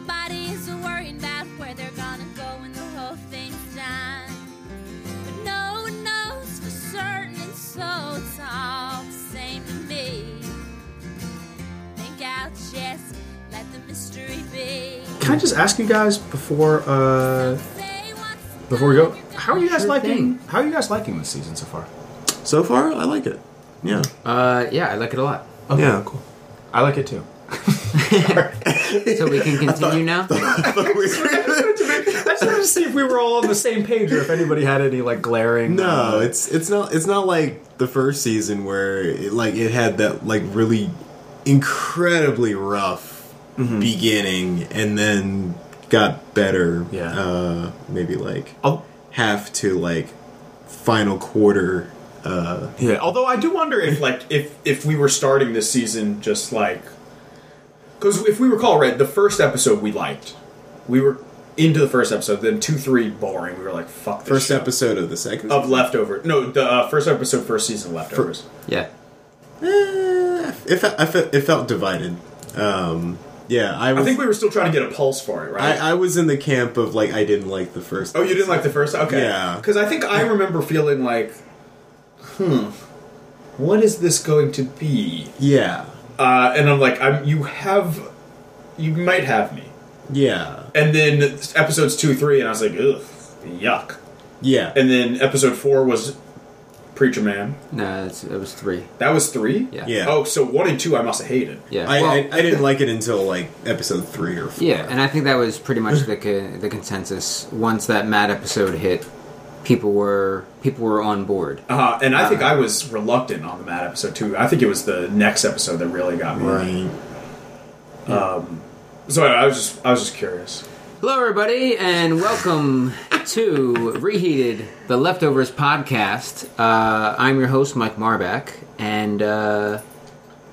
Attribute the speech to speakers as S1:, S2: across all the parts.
S1: Everybody's worrying about where they're gonna go when the whole thing's done. But no one knows for certain, and so it's all the same to me. Think out, just let the mystery be.
S2: Can I just ask you guys before uh,
S1: Say what's
S2: before we go, how are you guys
S3: Sure
S2: liking
S3: thing.
S2: how are you guys liking this season so far?
S4: So far, I like it. Yeah.
S3: Uh, yeah, I like it a lot.
S4: Yeah, cool.
S2: I like it too.
S3: So we can continue now.
S2: I just wanted to see if we were all on the same page or if anybody had any like glaring. uh,
S4: No, it's it's not it's not like the first season where it, like it had that like really incredibly rough
S5: Mm-hmm.
S4: beginning and then got better.
S2: Yeah.
S4: uh, maybe like
S2: Al-
S4: half to like final quarter. Uh,
S2: yeah. Although I do wonder if
S5: if like if if we were starting this season just like because if we recall right the first episode we liked we were into the first episode then two three boring we were like fuck this
S4: first
S5: shit.
S4: episode of the second
S5: of leftover no the uh, first episode first season of leftovers
S3: Yeah.
S4: Eh, it, fe- I fe- it felt divided. Um, yeah, I was.
S5: I think we were still trying to get a pulse for it right
S4: I, I was in the camp of like I didn't like the first.
S5: oh you didn't like the first okay
S4: Yeah.
S5: because I think I remember feeling like hmm what is this going to be
S4: Yeah,
S5: uh, and I'm like I'm you have you might have me
S4: yeah,
S5: and then episodes two three and I was like ugh yuck
S4: yeah.
S5: And then episode four was Preacher Man.
S3: No, it's, it was three.
S5: That was three?
S3: Yeah.
S4: Yeah.
S5: Oh, so one and two I must have hated.
S3: Yeah.
S4: I,
S3: Well,
S4: I, I didn't like it until like episode three or four.
S3: yeah, and I think that was pretty much the co- the consensus. Once that Matt episode hit, people were people were on board.
S5: Uh, and I think
S4: Uh-huh.
S5: I was reluctant on the Mad episode too. I think it was the next episode that really got me.
S4: right.
S5: So I was just I was just curious.
S3: Hello, everybody, and welcome to Reheated, the Leftovers podcast. Uh, I'm your host, Mike Marbach, and uh,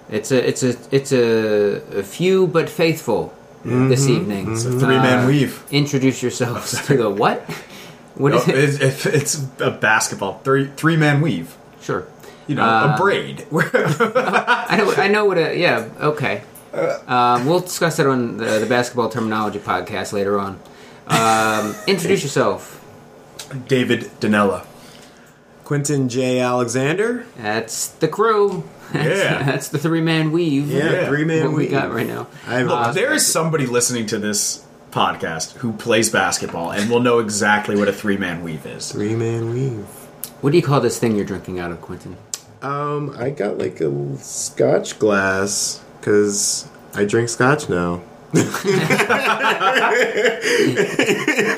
S3: it's a it's a it's a, a few but faithful this evening. Mm-hmm. Uh, It's a
S2: three man weave.
S3: Introduce yourselves to the what? What
S2: No,
S3: is it?
S2: it's, it's- it's a basketball three three man weave.
S3: Sure,
S2: You know, a braid.
S3: I know. I know what a yeah. Okay, um, we'll discuss that on the, the basketball terminology podcast later on. Um, introduce yourself.
S2: David Danella.
S4: Quentin J. Alexander.
S3: That's the crew. That's,
S2: Yeah.
S3: that's the three man weave.
S4: Yeah,
S2: Yeah.
S4: three man.
S3: what we got right now.
S4: I,
S2: Look, there is somebody listening to this podcast who plays basketball and will know exactly what a three man weave is.
S4: three man weave.
S3: What do you call this thing you're drinking out of, Quentin?
S4: Um, I got like a Scotch glass because I drink Scotch now.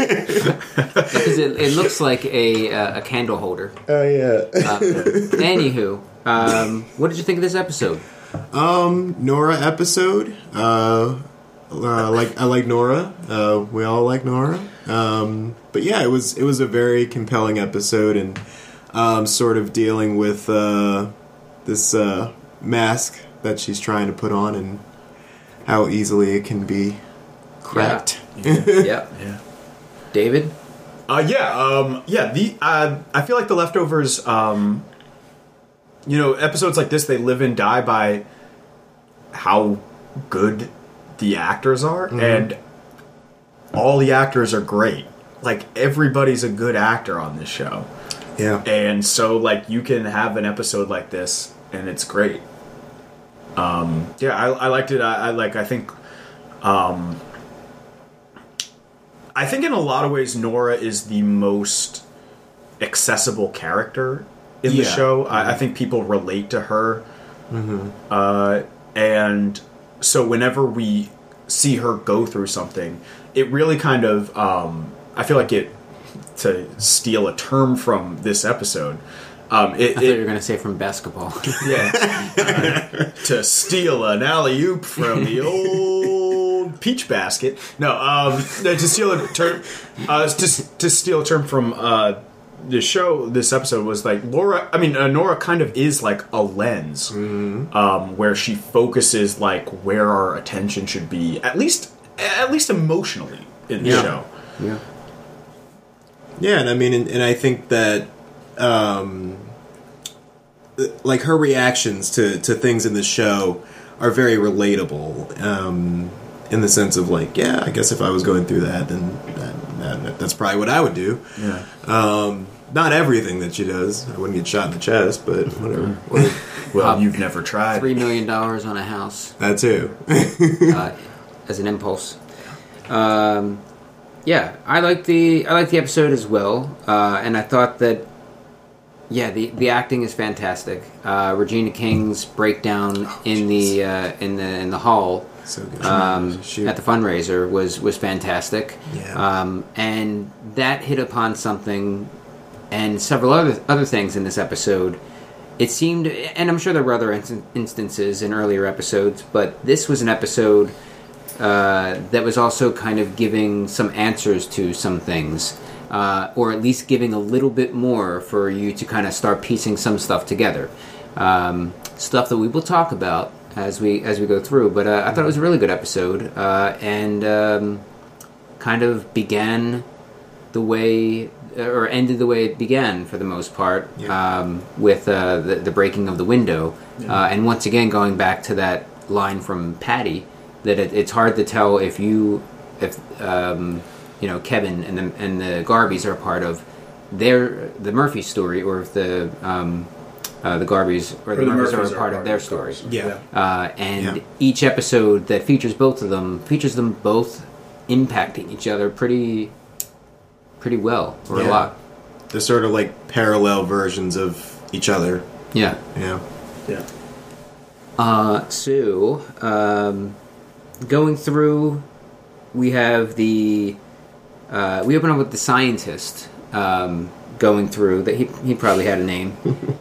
S3: Because it, it looks like a uh, a candle holder.
S4: Oh yeah.
S3: Anywho, um, what did you think of this episode?
S4: Nora episode. Uh, uh, like I like Nora. Uh, we all like Nora. Um, but yeah, it was it was a very compelling episode and um, sort of dealing with uh, this uh, mask that she's trying to put on and how easily it can be cracked.
S3: yep.
S2: Yeah.
S3: David.
S2: Uh, yeah, um, yeah. The uh, I feel like the leftovers. Um, you know, episodes like this, they live and die by how good the actors are, and all the actors are great. Like everybody's a good actor on this show,
S4: Yeah.
S2: and so like you can have an episode like this, and it's great. Um, yeah, I, I liked it. I, I like. I think um, I think in a lot of ways, Nora is the most accessible character in the
S4: Yeah.
S2: show. I, I think people relate to her. Uh, and so whenever we see her go through something, it really kind of, um, I feel like it, to steal a term from this episode, um, it,
S3: I thought you were
S2: it
S3: gonna say from basketball.
S2: yeah, Uh, to steal an alley oop from the old peach basket. No, um, no, to steal a term, uh, to, to steal a term from uh, the show. This episode was like Laura. I mean, uh, Nora kind of is like a lens um, where she focuses like where our attention should be, at least at least emotionally in the
S4: Yeah.
S2: show.
S3: yeah.
S4: Yeah, and I mean, and, and I think that, um, th- like her reactions to to things in the show are very relatable. Um, in the sense of like, yeah, I guess if I was going through that, then that, that, that's probably what I would do.
S2: Yeah.
S4: Um, not everything that she does. I wouldn't get shot in the chest, but whatever. whatever.
S2: Well,
S3: Pop.
S2: you've never tried.
S3: Three million dollars on a house
S4: that too.
S3: uh, as an impulse. Um, yeah, I like the I like the episode as well, uh, and I thought that yeah, the, the acting is fantastic. Uh, Regina King's breakdown in the uh, in the in the hall
S4: Oh, so good.
S3: um,
S4: Shoot.
S3: at the fundraiser was was fantastic.
S4: Yeah.
S3: Um, and that hit upon something, and several other other things in this episode. It seemed, and I'm sure there were other instan instances in earlier episodes, but this was an episode uh, that was also kind of giving some answers to some things, uh, or at least giving a little bit more for you to kind of start piecing some stuff together. Um, stuff that we will talk about as we as we go through. But uh, I thought it was a really good episode, uh, and um, kind of began the way or ended the way it began for the most part
S4: Yeah.
S3: um, with uh, the, the breaking of the window uh, and once again going back to that line from patty that it, it's hard to tell if you if um, you know kevin and the, and the garbys are part of their the murphy story or if the um, uh, the garbys or, the, murphys, are a part of their story
S4: yeah.
S3: uh, and
S4: Yeah.
S3: each episode that features both of them features them both impacting each other pretty pretty well or a
S4: Yeah.
S3: lot
S4: They're sort of like parallel versions of each other.
S3: yeah
S4: Yeah.
S5: Yeah.
S3: uh, so um, going through we have the uh, we open up with the scientist um, going through that he, he probably had a name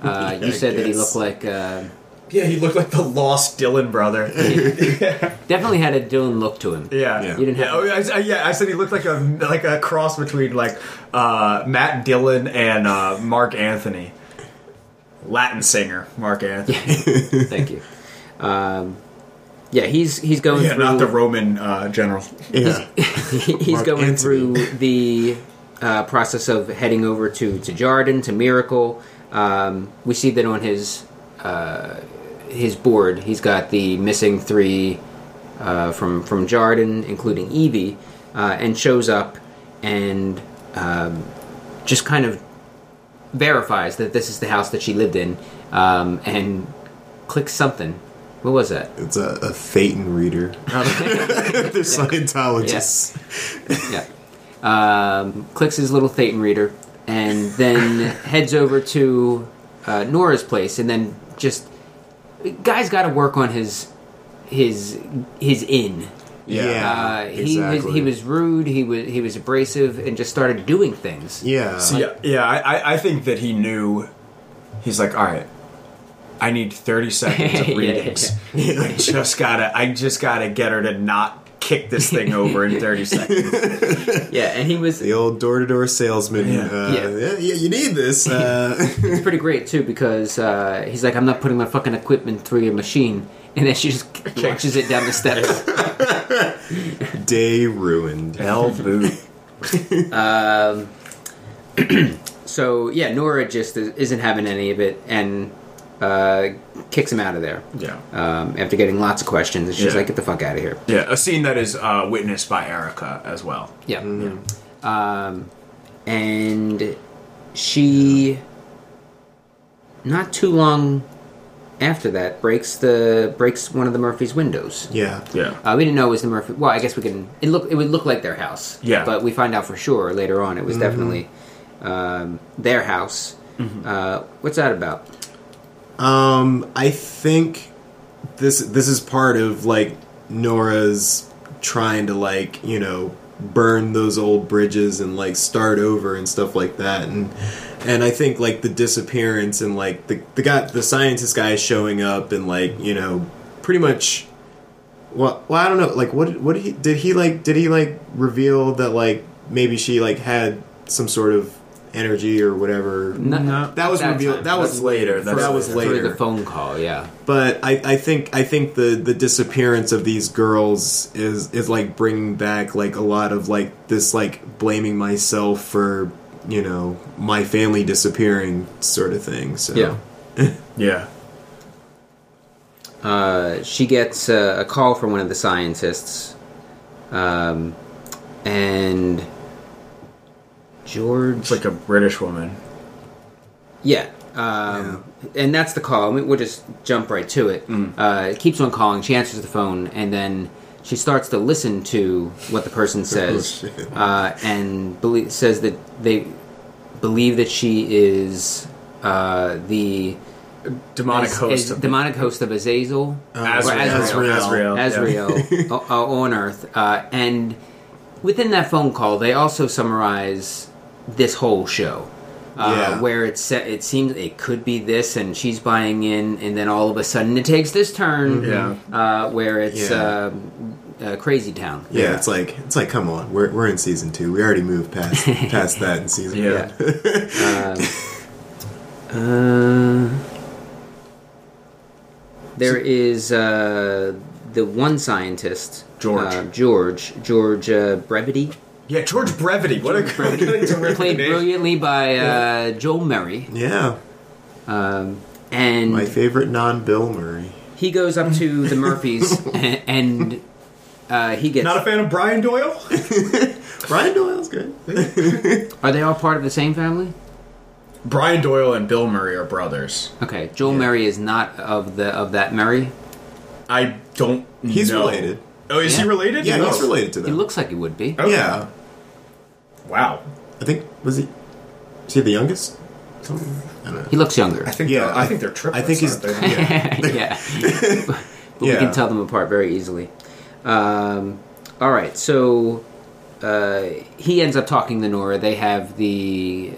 S3: uh, you
S4: I
S3: said that he
S4: guess.
S3: looked like uh,
S2: Yeah, he looked like the lost Dylan brother.
S3: definitely had a dylan look to him
S2: Yeah,
S4: Yeah.
S3: you didn't
S2: Yeah,
S3: have
S2: oh, I, I- yeah, I said he looked like a like a cross between like uh, Matt Dillon and uh, Mark Anthony, Latin singer Mark Anthony.
S3: thank you um, yeah he's he's going
S2: Yeah,
S3: through
S2: not the Roman uh, general.
S4: Yeah.
S3: he's
S4: Mark
S3: going
S4: Antony.
S3: through the uh, process of heading over to to Jarden to Miracle. Um, we see that on his uh, his board, he's got the missing three uh, from from Jarden, including Evie, uh, and shows up and um, just kind of verifies that this is the house that she lived in, um, and clicks something. What was that?
S4: It's a, a Phaeton reader. They're Scientologists.
S3: Oh. yeah. Um, clicks his little Thetan reader and then heads over to uh, Nora's place and then just guy's got to work on his his his in.
S4: Yeah.
S3: Uh, he was he was rude. He was he was abrasive and just started doing things.
S4: Yeah.
S2: So, yeah, yeah, I, I- I think that he knew. He's like, all right, I need thirty seconds of
S3: Yeah, yeah,
S2: readings. I just gotta, I just gotta get her to not kick this thing over in thirty seconds.
S3: Yeah, and he was
S4: the old door to door salesman.
S2: Yeah.
S4: Uh,
S3: Yeah.
S4: yeah. yeah, you need this. Uh,
S3: it's pretty great too because uh, he's like, I'm not putting my fucking equipment through your machine, and then she just launches it down the steps.
S4: day ruined.
S2: L boot.
S3: So yeah, Nora just is- isn't having any of it and uh, kicks him out of there.
S2: Yeah.
S3: Um, after getting lots of questions, and she's
S2: Yeah.
S3: like, "Get the fuck out of here."
S2: Yeah, a scene that is uh, witnessed by Erica as well.
S3: Yeah. Um, and she, not too long after that, breaks the breaks one of the Murphy's windows.
S4: Yeah.
S2: Yeah.
S3: Uh, we didn't know it was the Murphy. Well, I guess we can. It look. It would look like their house.
S2: Yeah.
S3: But we find out for sure later on. It was definitely um, their house.
S2: Mm-hmm.
S3: Uh, what's that about?
S4: Um, I think this this is part of like Nora's trying to like you know burn those old bridges and like start over and stuff like that and and I think like the disappearance and like the the guy the scientist guy showing up and like you know pretty much well, well I don't know like what what did he did he like did he like reveal that like maybe she like had some sort of energy or whatever that was
S3: That
S4: revealed
S3: time.
S4: that was
S2: That's later. That's
S4: that was
S3: Through
S4: later
S3: the phone call, yeah.
S4: but I, I think I think the the disappearance of these girls is is like bringing back like a lot of like this like blaming myself for you know my family disappearing sort of thing. So
S2: Yeah.
S3: Uh, she gets uh, a call from one of the scientists um, and George.
S2: It's like a British woman.
S3: Yeah. Um, And that's the call. I mean, we'll just jump right to it.
S2: Mm.
S3: Uh, it keeps on calling. She answers the phone, and then she starts to listen to what the
S2: Oh,
S3: person says,
S4: shit.
S3: uh, and belie says that they believe that she is uh, the
S2: Demonic
S3: Az-
S2: host.
S3: Az-
S2: of
S3: demonic host of Azazel,
S4: Um,
S2: Azrael.
S3: Azrael.
S2: Azrael.
S3: Azrael o- o- on Earth, uh, and within that phone call, they also summarize this whole show. Uh,
S4: Yeah.
S3: Where it's it seems it could be this, and she's buying in, and then all of a sudden it takes this turn,
S2: Yeah.
S3: uh, where it's
S4: Yeah.
S3: um, uh, Crazy Town.
S4: Yeah, it's like it's like come on, we're, we're in season two. We already moved past past that in season
S2: Yeah.
S4: one.
S3: Uh, there is uh, the one scientist,
S2: George.
S3: uh, George, George uh, Brevity,
S2: Yeah, George Brevity. What a good
S3: played brilliantly by uh, Joel Murray,
S4: Yeah,
S3: um,
S4: my
S3: and
S4: favorite non Bill Murray.
S3: he goes up to the Murphys and, and uh, he gets.
S2: Not a fan of Brian Doyle?
S4: Brian Doyle's good.
S3: are they all part of the same family?
S2: Brian Doyle and Bill Murray are brothers.
S3: Okay, Joel Murray is not of the of that Murray.
S2: I don't
S4: He's
S2: know.
S4: related.
S2: Oh, is he
S3: Yeah.
S2: related?
S4: Yeah,
S2: No.
S4: he's related to
S3: He
S4: them.
S3: looks like he would be.
S2: Okay.
S4: Yeah,
S2: Wow.
S4: I think was he is he the youngest? Something- I don't know.
S3: He looks younger.
S2: I think
S4: Yeah,
S2: yeah, I think they're
S4: I
S2: triplets.
S4: think he's
S2: aren't they?
S4: yeah.
S3: yeah. but we
S4: Yeah.
S3: can tell them apart very easily. Um, all right, so uh, he ends up talking to Nora. They have the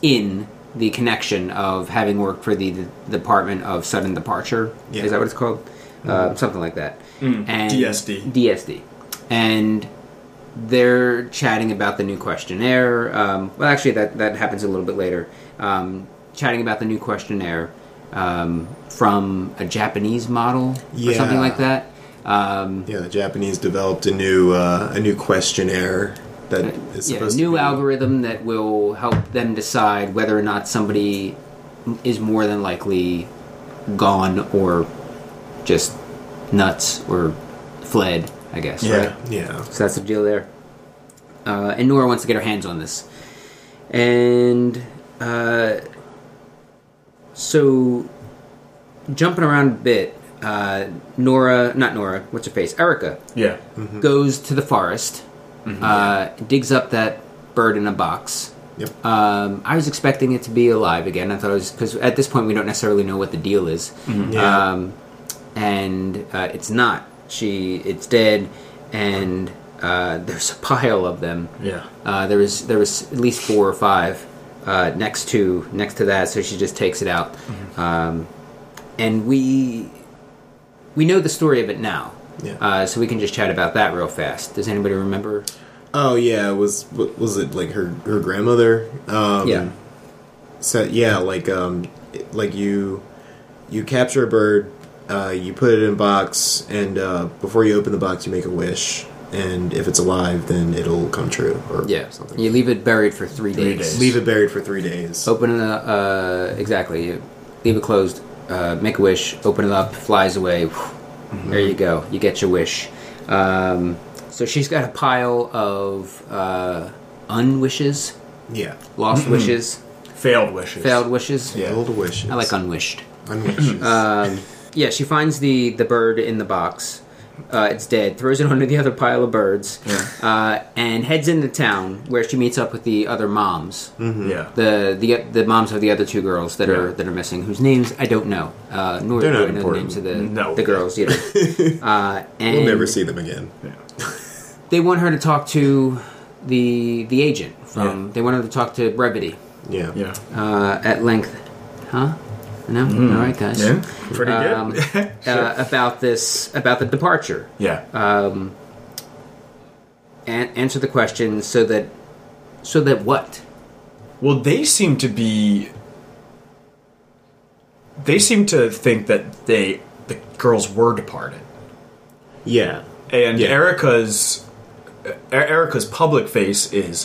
S3: in the connection of having worked for the, Department of Sudden Departure.
S4: Yeah. Mm-hmm. Mm.
S3: Is that what it's called? Uh, something like that. and
S2: DSD.
S3: DSD. And they're chatting about the new questionnaire. Um, well, actually, that, that happens a little bit later. Um, chatting about the new questionnaire um, from a Japanese model or something
S4: Yeah.
S3: like that. Um,
S4: Yeah, the Japanese developed a new uh, a new questionnaire that is
S3: yeah,
S4: supposed
S3: new
S4: to be,
S3: algorithm that will help them decide whether or not somebody is more than likely gone or just nuts or fled, I guess. Right?
S2: Yeah.
S4: Yeah,
S3: So that's the deal there. Uh, and Nora wants to get her hands on this. And uh, so, jumping around a bit, uh, Nora, not Nora, what's her face? Erica
S2: Yeah.
S3: goes to the forest, uh, digs up that bird in a box.
S4: yep.
S3: Um, I was expecting it to be alive again. I thought it was because at this point we don't necessarily know what the deal is,
S4: Yeah.
S3: um, and uh, it's not. She, it's dead, and uh, there's a pile of them.
S2: Yeah.
S3: Uh, there was there was at least four or five uh, next to next to that, so she just takes it out, um, and we we know the story of it now,
S4: Yeah.
S3: uh, so we can just chat about that real fast. Does anybody remember?
S4: Oh yeah, was wa- was it like her her grandmother? Um,
S3: Yeah.
S4: So yeah, like um, it- like you you capture a bird, uh, you put it in a box, and uh, before you open the box, you make a wish, and if it's alive, then it'll come true or
S3: Yeah,
S4: something.
S3: you leave it buried for three days.
S2: days.
S4: Leave it buried for three days.
S3: Open it. Uh, exactly. You leave it closed. Uh, make a wish. Open it up. Flies away. There you go. You get your wish. Um, so she's got a pile of uh, unwishes,
S4: Yeah.
S3: lost wishes,
S2: Failed wishes.
S3: failed wishes.
S4: Yeah. Mm-hmm. Old wishes.
S3: I like unwished.
S4: unwishes.
S3: Um, yeah, she finds the the bird in the box. Uh, it's dead. Throws it onto the other pile of birds, uh, and heads into town where she meets up with the other moms
S2: Yeah.
S3: the the the moms of the other two girls that are
S2: Yeah.
S3: that are missing, whose names I don't know. Uh, nor
S4: They're
S3: do
S4: not
S3: I know the
S4: important.
S3: names of the
S2: No.
S3: the girls either. uh, and
S4: we'll never see them again.
S3: They want her to talk to the the agent from. They want her to talk to Brevity
S4: Yeah.
S2: Yeah.
S3: uh, at length, huh? No,
S4: Hmm.
S3: all right, guys.
S2: Yeah. Pretty
S3: Um,
S2: good.
S3: uh, about this about the departure.
S2: yeah.
S3: An- answer the question so that so that what?
S2: Well, they seem to be. They seem to think that they the girls were departed,
S4: Yeah.
S2: and
S4: Yeah.
S2: Erica's E- Erica's public face is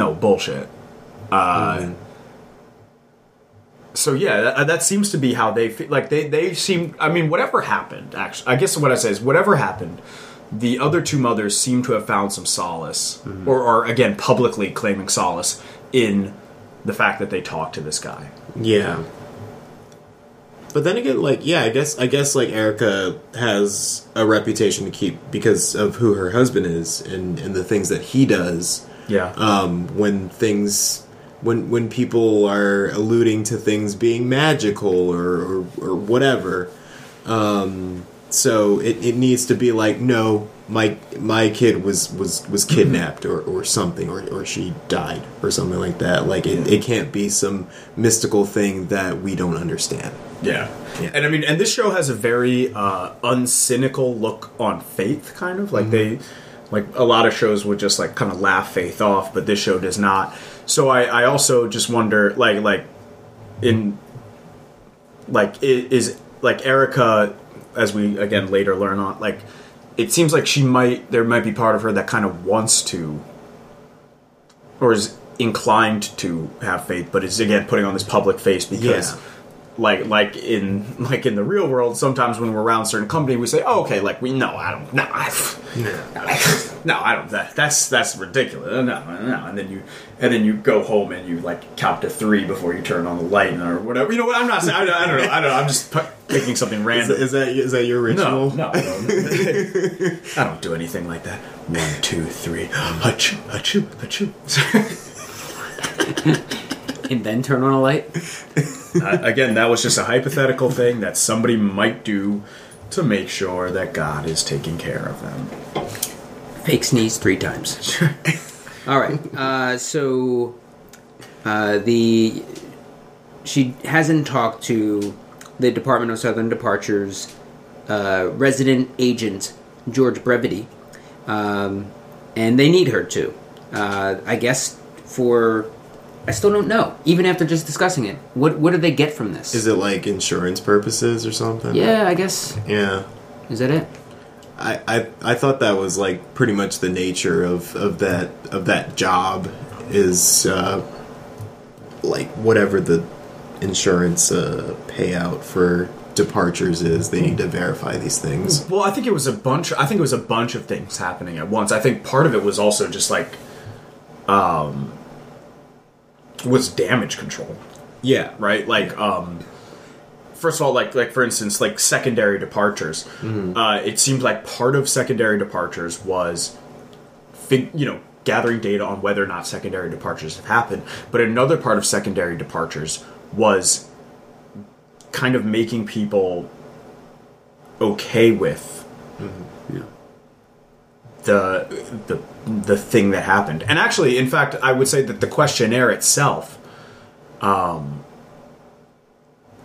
S2: no bullshit. Uh, So yeah, that, uh, that seems to be how they feel. Like they they seem. I mean, whatever happened. Actually, I guess what I say is whatever happened. the other two mothers seem to have found some solace, or are again publicly claiming solace in the fact that they talked to this guy.
S4: Yeah. But then again, like yeah, I guess I guess like Erica has a reputation to keep because of who her husband is and and the things that he does.
S2: Yeah.
S4: Um, when things when when people are alluding to things being magical or or, or whatever. Um, so it, it needs to be like no, my my kid was was was kidnapped or, or something or, or she died or something like that. Like it, it can't be some mystical thing that we don't understand.
S2: Yeah.
S4: Yeah.
S2: And I mean, and this show has a very uh, uncynical look on faith, kind of like they, like a lot of shows would just like kind of laugh faith off, but this show does not. So I, I also just wonder, like, like in, like i- is like Erica, as we again later learn on, like it seems like she might there might be part of her that kind of wants to, or is inclined to have faith, but is again putting on this public face because
S4: Yeah.
S2: like like in like in the real world sometimes when we're around certain company we say oh, okay like we no i don't no i no i don't that, that's that's ridiculous no no no. and then you and then you go home and you like count to three before you turn on the light or whatever you know what i'm not saying i, don't- I don't know i don't know i'm just pu- picking something random
S4: Is that is that your
S2: no,
S4: ritual?
S2: no, no, no. I don't do anything like that. One, two, three. Achoo, achoo, achoo.
S3: and then turn on a light.
S2: Uh, again, that was just a hypothetical thing that somebody might do to make sure that God is taking care of them.
S3: Fake sneeze three times. All right. Uh, so uh, the she hasn't talked to the Department of Southern Departures uh, resident agent George Brevity, um, and they need her to. Uh, I guess for I still don't know. Even after just discussing it, what what do they get from this?
S4: Is it like insurance purposes or something?
S3: yeah, I guess
S4: Yeah.
S3: is that it.
S4: I, I, I thought that was like pretty much the nature of, of that of that job is uh, like whatever the insurance uh, payout for departures is they need to verify these things
S2: Well, I think it was a bunch. I think it was a bunch of things happening at once. I think part of it was also just like, um, was damage control,
S4: yeah
S2: right? Like, um, first of all, like like for instance, like secondary departures.
S4: Mm-hmm.
S2: Uh, it seemed like part of secondary departures was, fig- you know, gathering data on whether or not secondary departures have happened. But another part of secondary departures was kind of making people okay with
S4: Mm-hmm.
S2: the the the thing that happened. And actually, in fact, I would say that the questionnaire itself, um,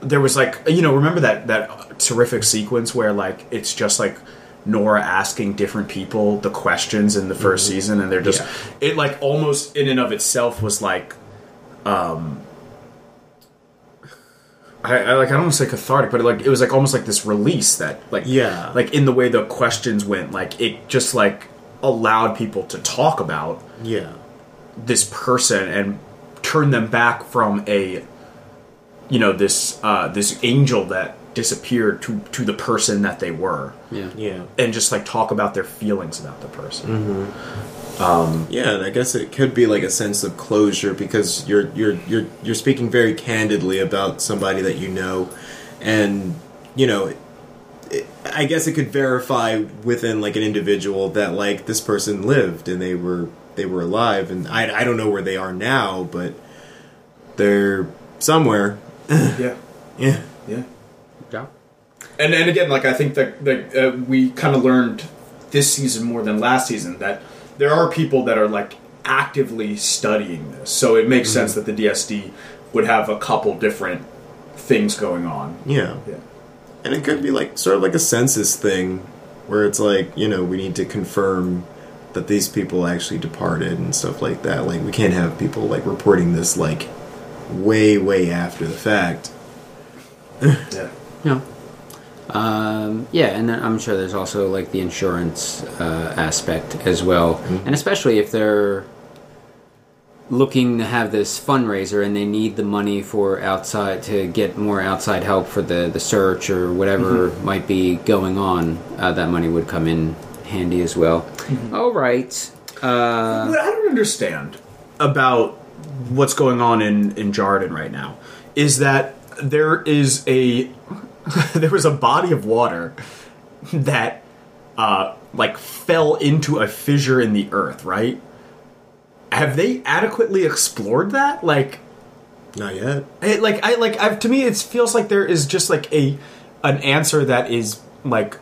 S2: there was like you know remember that that terrific sequence where like it's just like Nora asking different people the questions in the 1st season, and they're just it like almost in and of itself was like. um I, I like I don't want to say cathartic, but like it was like almost like this release that like
S4: Yeah.
S2: like in the way the questions went like it just like allowed people to talk about
S4: yeah
S2: this person and turn them back from a you know this uh this angel that disappeared to to the person that they were
S3: Yeah.
S4: yeah
S2: and just like talk about their feelings about the person
S4: yeah and i guess it could be like a sense of closure because you're you're you're you're speaking very candidly about somebody that you know and you know it- i guess it could verify within like an individual that like this person lived and they were they were alive and i, I don't know where they are now but they're somewhere
S5: Yeah,
S4: yeah
S5: yeah.
S3: Yeah.
S5: Mm-hmm. And and again, like I think that that uh, we kind of learned this season more than last season that there are people that are like actively studying this, so it makes sense that the DSD would have a couple different things going on.
S4: yeah
S5: Yeah.
S4: and it could be like sort of like a census thing where it's like you know we need to confirm that these people actually departed and stuff like that like we can't have people like reporting this like way way after the fact
S5: Yeah.
S3: Yeah. Um, yeah, and then I'm sure there's also like the insurance uh, aspect as well, and especially if they're looking to have this fundraiser and they need the money for outside to get more outside Mm-hmm. help for the the search or whatever might be going on, uh, that money would come in handy as well. All right. Uh,
S5: What I don't understand
S2: about what's going on in in Jordan right now is that there is a there was a body of water that uh like fell into a fissure in the earth, right? Have they adequately explored that? Like
S4: Not yet.
S2: it, like I like I've, to me it feels like there is just like a an answer that is like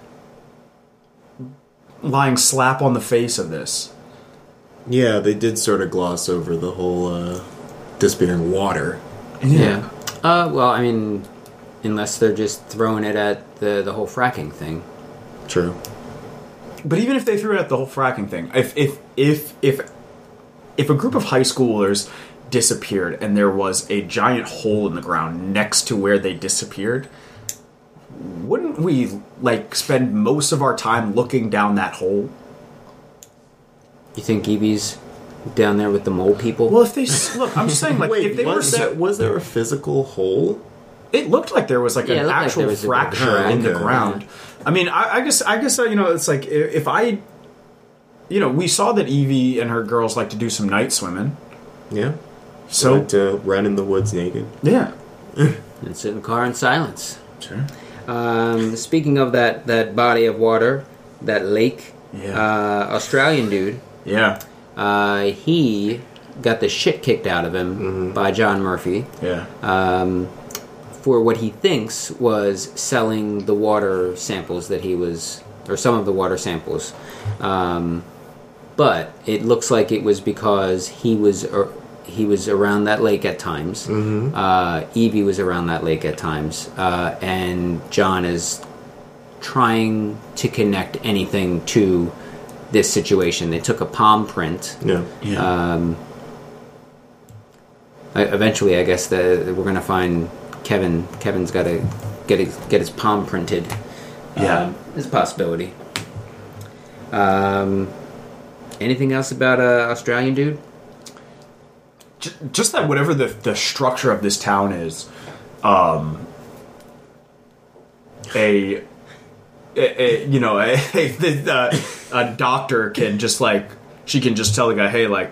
S2: lying slap on the face of this.
S4: Yeah, they did sort of gloss over the whole uh, disappearing water.
S3: yeah. Uh, well, I mean, unless they're just throwing it at the the whole fracking thing.
S4: True.
S2: But even if they threw it at the whole fracking thing, if if if if if a group of high schoolers disappeared and there was a giant hole in the ground next to where they disappeared, wouldn't we like spend most of our time looking down that hole?
S3: You think Evie's down there with the mole people?
S2: Well, if they s- look, I'm just saying, like
S4: Wait,
S2: if they were
S4: was,
S2: set,
S4: that, was there a physical hole?
S2: it looked like there was like
S3: Yeah, it
S2: an
S3: looked like
S2: actual
S3: there was a big
S2: fracture
S4: hole.
S2: in the
S4: Okay.
S2: ground. I mean, I, I guess I guess uh, you know it's like i- if I, you know, we saw that Evie and her girls like to do some night swimming,
S4: Yeah.
S2: so
S4: like to run in the woods naked.
S2: yeah,
S3: and sit in the car in silence.
S2: sure.
S3: Um, speaking of that that body of water, that lake,
S2: Yeah.
S3: uh, Australian dude,
S2: Yeah,
S3: uh, he got the shit kicked out of him by John Murphy
S2: yeah,
S3: uh, for what he thinks was selling the water samples that he was, or some of the water samples. Um, but it looks like it was because he was. ar- he was around that lake at times. Uh, Evie was around that lake at times, uh, and John is trying to connect anything to this situation. They took a palm print.
S4: Yeah.
S2: yeah.
S3: uh, I, eventually, I guess that we're gonna find Kevin. Kevin's got to get his, get his palm printed.
S2: Yeah.
S3: um, it's a possibility. Um, anything else about uh, Australian dude?
S2: J- just that whatever the the structure of this town is, um, a, a, a- you know a, a, the, uh, a doctor can just like she can just tell the guy, hey, like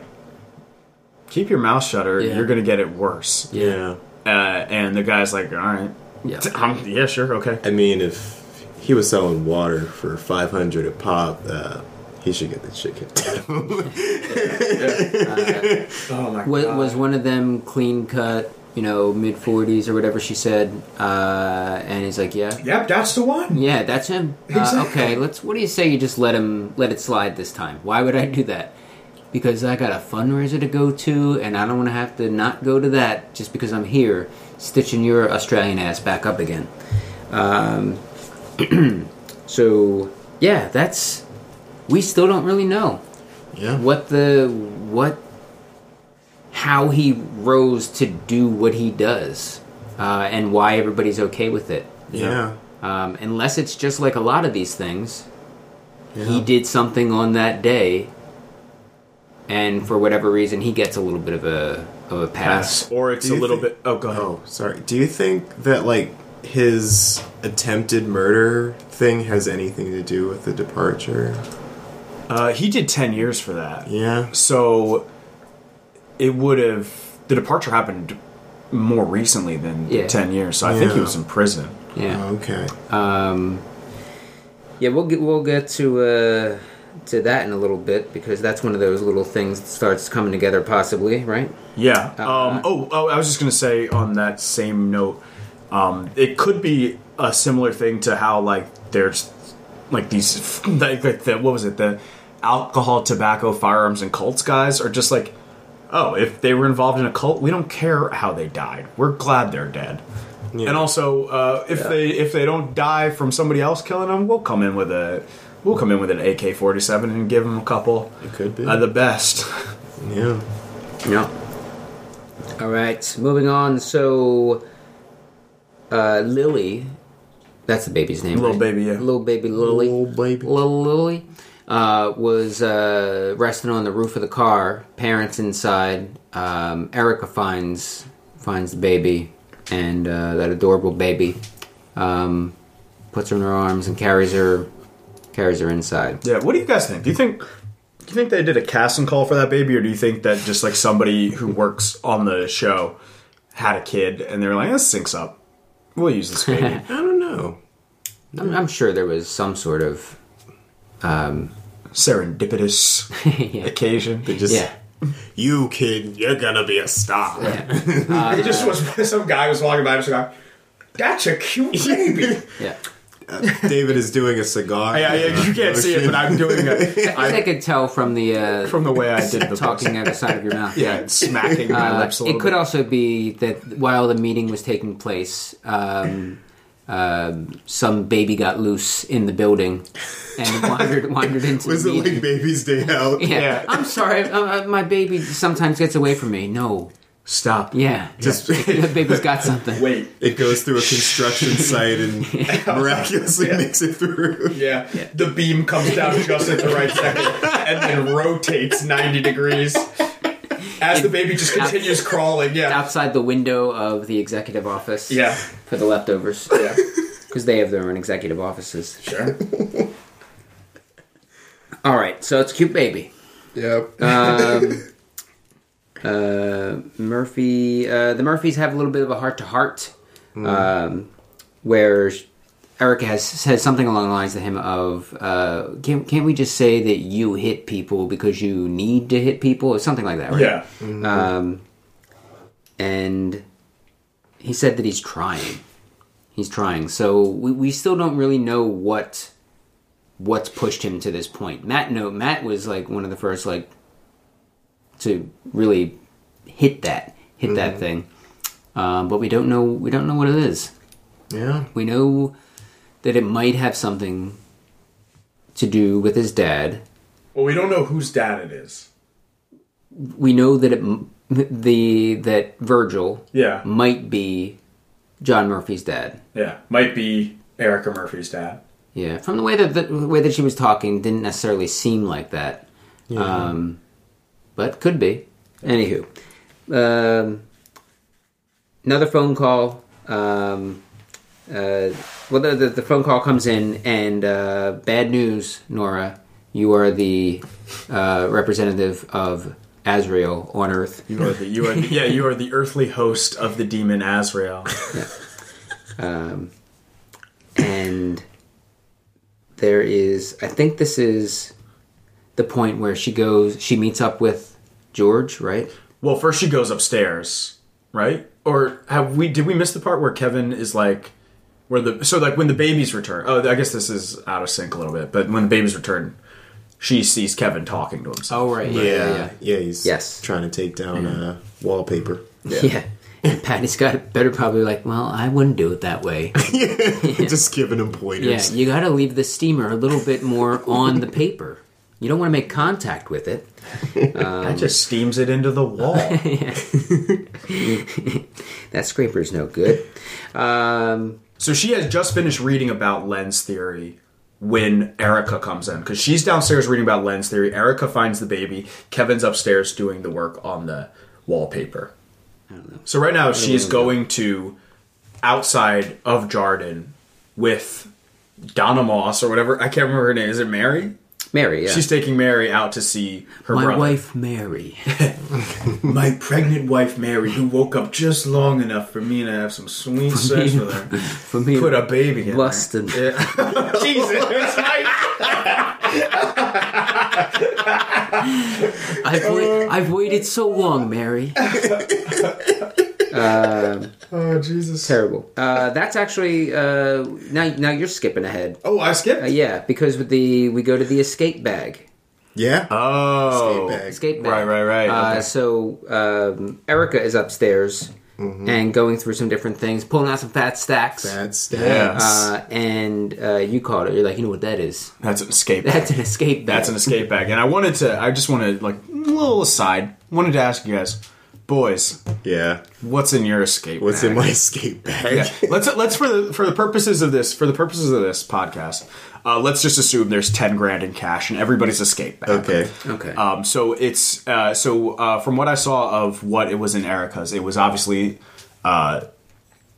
S2: keep your mouth shut or
S3: Yeah.
S2: you're gonna get it worse.
S4: Yeah.
S2: Uh, and the guy's like, all right,
S3: Yeah.
S2: Um, yeah, sure, okay.
S4: I mean, if he was selling water for 500 a pop, uh, he should get the shit kicked out of him.
S5: Oh my
S3: Was,
S5: god.
S3: was one of them clean cut? You know, mid forties or whatever she said. Uh, and he's like, yeah.
S5: Yep, that's the one.
S3: Yeah, that's him. Uh,
S5: Exactly.
S3: okay, let's. What do you say you just let him let it slide this time? Why would I do that? Because I got a fundraiser to go to, and I don't want to have to not go to that just because I'm here stitching your Australian ass back up again. Um, so yeah, that's. We still don't really know
S4: Yeah.
S3: what the what how he rose to do what he does, uh, and why everybody's okay with it.
S4: Yeah.
S3: Um, unless it's just like a lot of these things, he did something on that day, and for whatever reason, he gets a little bit of a of a pass.
S2: Or it's
S4: Do
S2: a
S4: you
S2: little
S4: think-
S2: bit. Oh, go ahead.
S4: Oh, sorry. Do you think that, like, his attempted murder thing has anything to do with the departure?
S2: Uh, he did ten years for that.
S4: Yeah.
S2: So it would have the departure happened more recently than the
S3: Yeah.
S2: ten years. So I think he
S4: Yeah.
S2: was in prison.
S3: Yeah,
S4: Okay.
S3: um, yeah, we'll get we'll get to uh, to that in a little bit because that's one of those little things that starts coming together, possibly, right?
S2: Yeah.
S3: Uh,
S2: um, oh, oh, I was just gonna say on that same note, um, it could be a similar thing to how like there's like these like, like the, what was it the alcohol, tobacco, firearms, and cults guys are just like. Oh, if they were involved in a cult, we don't care how they died. We're glad they're dead. And also, uh, if they if they don't die from somebody else killing them, we'll come in with a we'll come in with an AK forty seven and give them a couple.
S4: It could be.
S2: uh, the best.
S4: yeah.
S3: Yeah. All right, moving on. So, uh, Lily, that's the baby's name.
S2: Little
S3: right?
S2: baby, yeah.
S3: Little baby Lily.
S4: Little baby.
S3: Little Lily uh, was uh, resting on the roof of the car. Parents inside. Um, Erica finds finds the baby and uh, that adorable baby. Um, puts her in her arms and carries her Carries her inside.
S2: Yeah, what do you guys think? Do you think do you think they did a casting call for that baby, or do you think that just like somebody who works on the show had a kid and they were like, "This syncs up. We'll use this baby."
S4: I don't know.
S3: I'm, I'm sure there was some sort of
S2: Serendipitous
S3: yeah.
S2: occasion. They just
S3: yeah.
S4: You kid, you're gonna be a star.
S3: Uh,
S5: it just was some guy was walking by and was like, "That's a cute baby."
S3: Yeah.
S4: David is doing a cigar. Oh,
S2: yeah, yeah. You can't see it, but I'm doing it
S3: I think I could tell from the uh,
S2: from the way I did the
S3: talking out the side of your mouth.
S2: Yeah, it's smacking my
S3: Uh,
S2: lips a little
S3: it could
S2: bit.
S3: also be that while the meeting was taking place, um, um, some baby got loose in the building and wandered wandered into
S4: Was
S3: the
S4: it
S3: meeting.
S4: like Baby's Day Out?
S3: yeah.
S2: Yeah.
S3: I'm sorry. Uh, uh, my baby sometimes gets away from me. No.
S2: Stop.
S3: Yeah.
S4: Just-
S3: the baby's got something.
S5: Wait,
S4: It goes through a construction site and miraculously makes it through.
S5: yeah. the beam comes down just at the right second and then rotates ninety degrees as the baby just continues crawling. Yeah,
S3: Outside the window of the executive office.
S5: yeah,
S3: For the leftovers.
S5: yeah.
S3: Because they have their own executive offices.
S5: Sure.
S3: All right. So it's cute baby. Um,
S4: Yep.
S3: uh, Murphy. Uh, the Murphys have a little bit of a heart to heart, um, where Erica has says something along the lines to him of, uh, "Can't can't we just say that you hit people because you need to hit people or something like that?" Right?
S5: Yeah,
S3: and he said that he's trying. He's trying. So we, we still don't really know what what's pushed him to this point. Matt no Matt was like one of the first like to really hit that hit that thing. Um, but we don't know we don't know what it is.
S4: yeah.
S3: We know that it might have something to do with his dad.
S5: well, we don't know whose dad it is.
S3: We know that it m- the that Virgil
S5: Yeah,
S3: might be John Murphy's dad.
S5: yeah, might be Erica Murphy's dad.
S3: Yeah, from the way that the way that she was talking didn't necessarily seem like that, um, but could be. Anywho, um, another phone call. Um, uh, well, the, the, the phone call comes in, and uh, bad news, Nora. You are the uh, representative of Azrael on Earth.
S2: You are the you are the, yeah you are the earthly host of the demon Azrael.
S3: and there is i think this is the point where she goes she meets up with george right
S2: Well, first she goes upstairs, right? Or have we? Did we miss the part where Kevin is like, where the so like when the babies return? Oh, I guess this is out of sync a little bit. But when the babies return, she sees Kevin talking to himself.
S3: oh right
S4: Yeah. Yeah. He's
S3: Yes.
S4: trying to take down uh, wallpaper.
S3: yeah, yeah. And Patty's got better probably like, well, I wouldn't do it that way.
S4: Just giving him
S3: yeah,
S4: pointers.
S3: you got to leave the steamer a little bit more on the paper. You don't want to make contact with it.
S2: Oh, that just steams it into the wall.
S3: That scraper's no good.
S2: so she has just finished reading about lens theory when Erica comes in because she's downstairs reading about lens theory. Erica finds the baby. Kevin's upstairs doing the work on the wallpaper. So right now she's going to outside of Jardin with Donna Moss or whatever. I can't remember her name. Is it Mary?
S3: Mary, yeah.
S2: She's taking Mary out to see her
S3: my
S2: brother.
S3: wife, Mary.
S5: My pregnant wife Mary, who woke up just long enough for me to have some sweet sex with her,
S3: For me,
S2: Put a baby in
S3: lust and
S5: Jesus, right?
S3: I've, wait, I've waited so long, Mary.
S5: Oh Jesus!
S3: Terrible. Uh, that's actually uh, now. Now you're skipping ahead.
S5: Oh, I skipped.
S3: Uh, yeah, because with the we go to the escape bag.
S4: Yeah.
S2: there. Oh,
S4: Escape bag.
S3: Escape bag.
S2: Right, right, right.
S3: Uh,
S2: Okay.
S3: So um, Erica is upstairs
S2: Mm-hmm.
S3: and going through some different things, pulling out some fat stacks.
S4: Bad stats.
S3: Uh, and uh, you called it. You're like, you know what that is?
S2: that's an escape. bag.
S3: That's an escape bag.
S2: That's an escape bag. And I wanted to, I just want to, like, little aside, wanted to ask you guys, boys,
S4: yeah.
S2: what's in your escape
S4: What's
S2: bag?
S4: in my escape bag?
S2: Yeah. Let's, let's, for the, for the purposes of this, for the purposes of this podcast, uh, let's just assume there's 10 grand in cash in everybody's escape bag.
S4: Okay.
S3: okay.
S2: Um, so it's, uh, so, uh, from what I saw of what it was in Erica's, it was obviously, uh,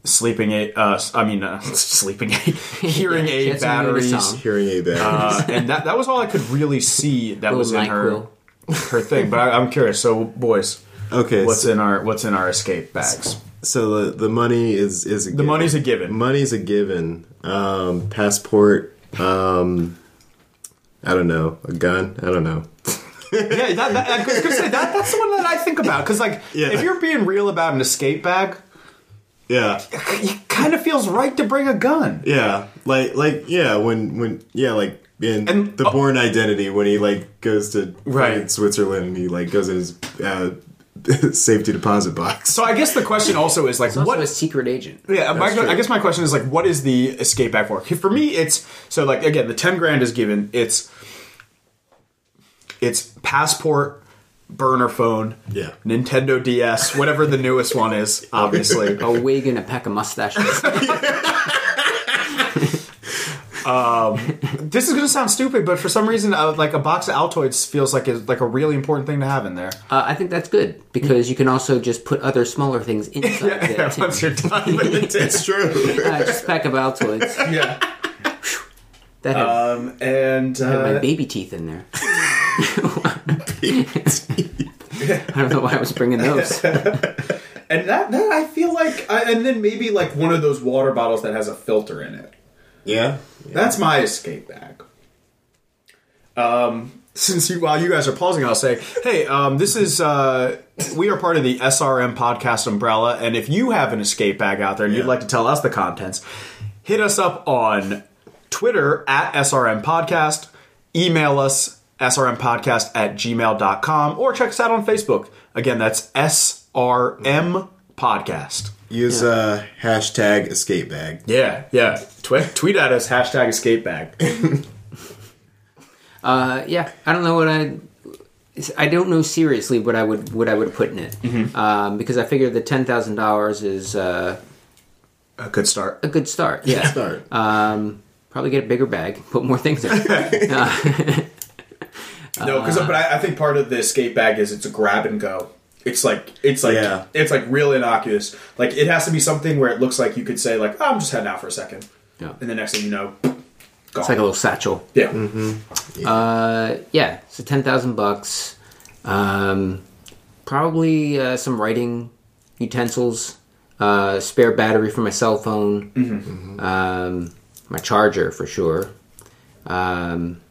S2: sleeping aid. Uh, I mean, uh, sleeping aid, hearing
S3: She
S2: aid
S3: had some really good
S2: batteries.
S3: song.
S4: Hearing aid bad.
S2: Uh, and that, that was all I could really see that was in her her thing. But I, I'm curious. So, boys,
S4: okay,
S2: what's
S4: so,
S2: in our what's in our escape bags?
S4: so the the money is is a
S2: The money's a given.
S4: money's a given. Um, passport. Um, I don't know. A gun. I don't know.
S2: Yeah, that, that, I was gonna say that, that's the one that I think about because, like,
S4: Yeah.
S2: if you're being real about an escape bag,
S4: Yeah.
S2: it kind of feels right to bring a gun.
S4: Yeah, like like yeah, when when yeah, like in
S2: And-
S4: the Born Identity when he like goes to
S2: Right.
S4: in Switzerland and he like goes in his uh, safety deposit box.
S2: So I guess the question also is like,
S3: What
S2: what
S3: a secret agent?
S2: Yeah, my,
S4: true.
S2: I guess my question is like, what is the escape back for? For me, it's so like again, the ten grand is given. It's it's passport, burner phone,
S4: Yeah.
S2: Nintendo DS, whatever the newest one is, obviously.
S3: A wig and a pack of mustaches.
S2: this is gonna sound stupid, but for some reason, uh, like a box of Altoids feels like is like a really important thing to have in there.
S3: Uh, I think that's good because you can also just put other smaller things inside the tin.
S2: Once you're done with the tin.
S4: It's true.
S3: Uh, just a pack of Altoids.
S5: Yeah.
S3: That
S2: Uh,
S3: had,
S5: Um, and
S3: had my
S5: uh,
S3: baby teeth in there. I don't know why I was bringing those. Uh,
S5: and that that I feel like, I, and then maybe like one of those water bottles that has a filter in it.
S4: Yeah.
S5: That's my escape bag.
S2: Um, Since you, while you guys are pausing, I'll say, hey, um, this is uh, we are part of the SRM podcast umbrella, and if you have an escape bag out there and you'd
S4: Yeah.
S2: like to tell us the contents, hit us up on Twitter at SRM Podcast, email us srmpodcast at gmail.com, or check us out on Facebook. Again, that's SRM Podcast.
S4: Use uh, hashtag escape bag.
S2: Yeah, yeah. Tweet, tweet at us, hashtag escape bag.
S3: Uh, yeah, I don't know what I. I don't know seriously what I would what I would put in it um, because I figure the ten thousand dollars is uh,
S2: A good start.
S3: a good start. Yeah,
S4: Start.
S3: probably get a bigger bag, put more things in. it.
S5: No, because
S3: Uh-huh.
S5: but I, I think part of the escape bag is it's a grab and go. It's like it's like
S4: Yeah.
S5: it's like real innocuous. Like it has to be something where it looks like you could say like oh, I'm just heading out for a second,
S3: Yeah.
S5: and the next thing you know,
S3: It's like a Mm-hmm. little satchel.
S5: yeah,
S3: Uh, yeah, so ten thousand bucks. Um, probably uh, some writing utensils, uh, spare battery for my cell phone,
S5: Mm-hmm.
S4: Mm-hmm.
S3: um, my charger for sure, um,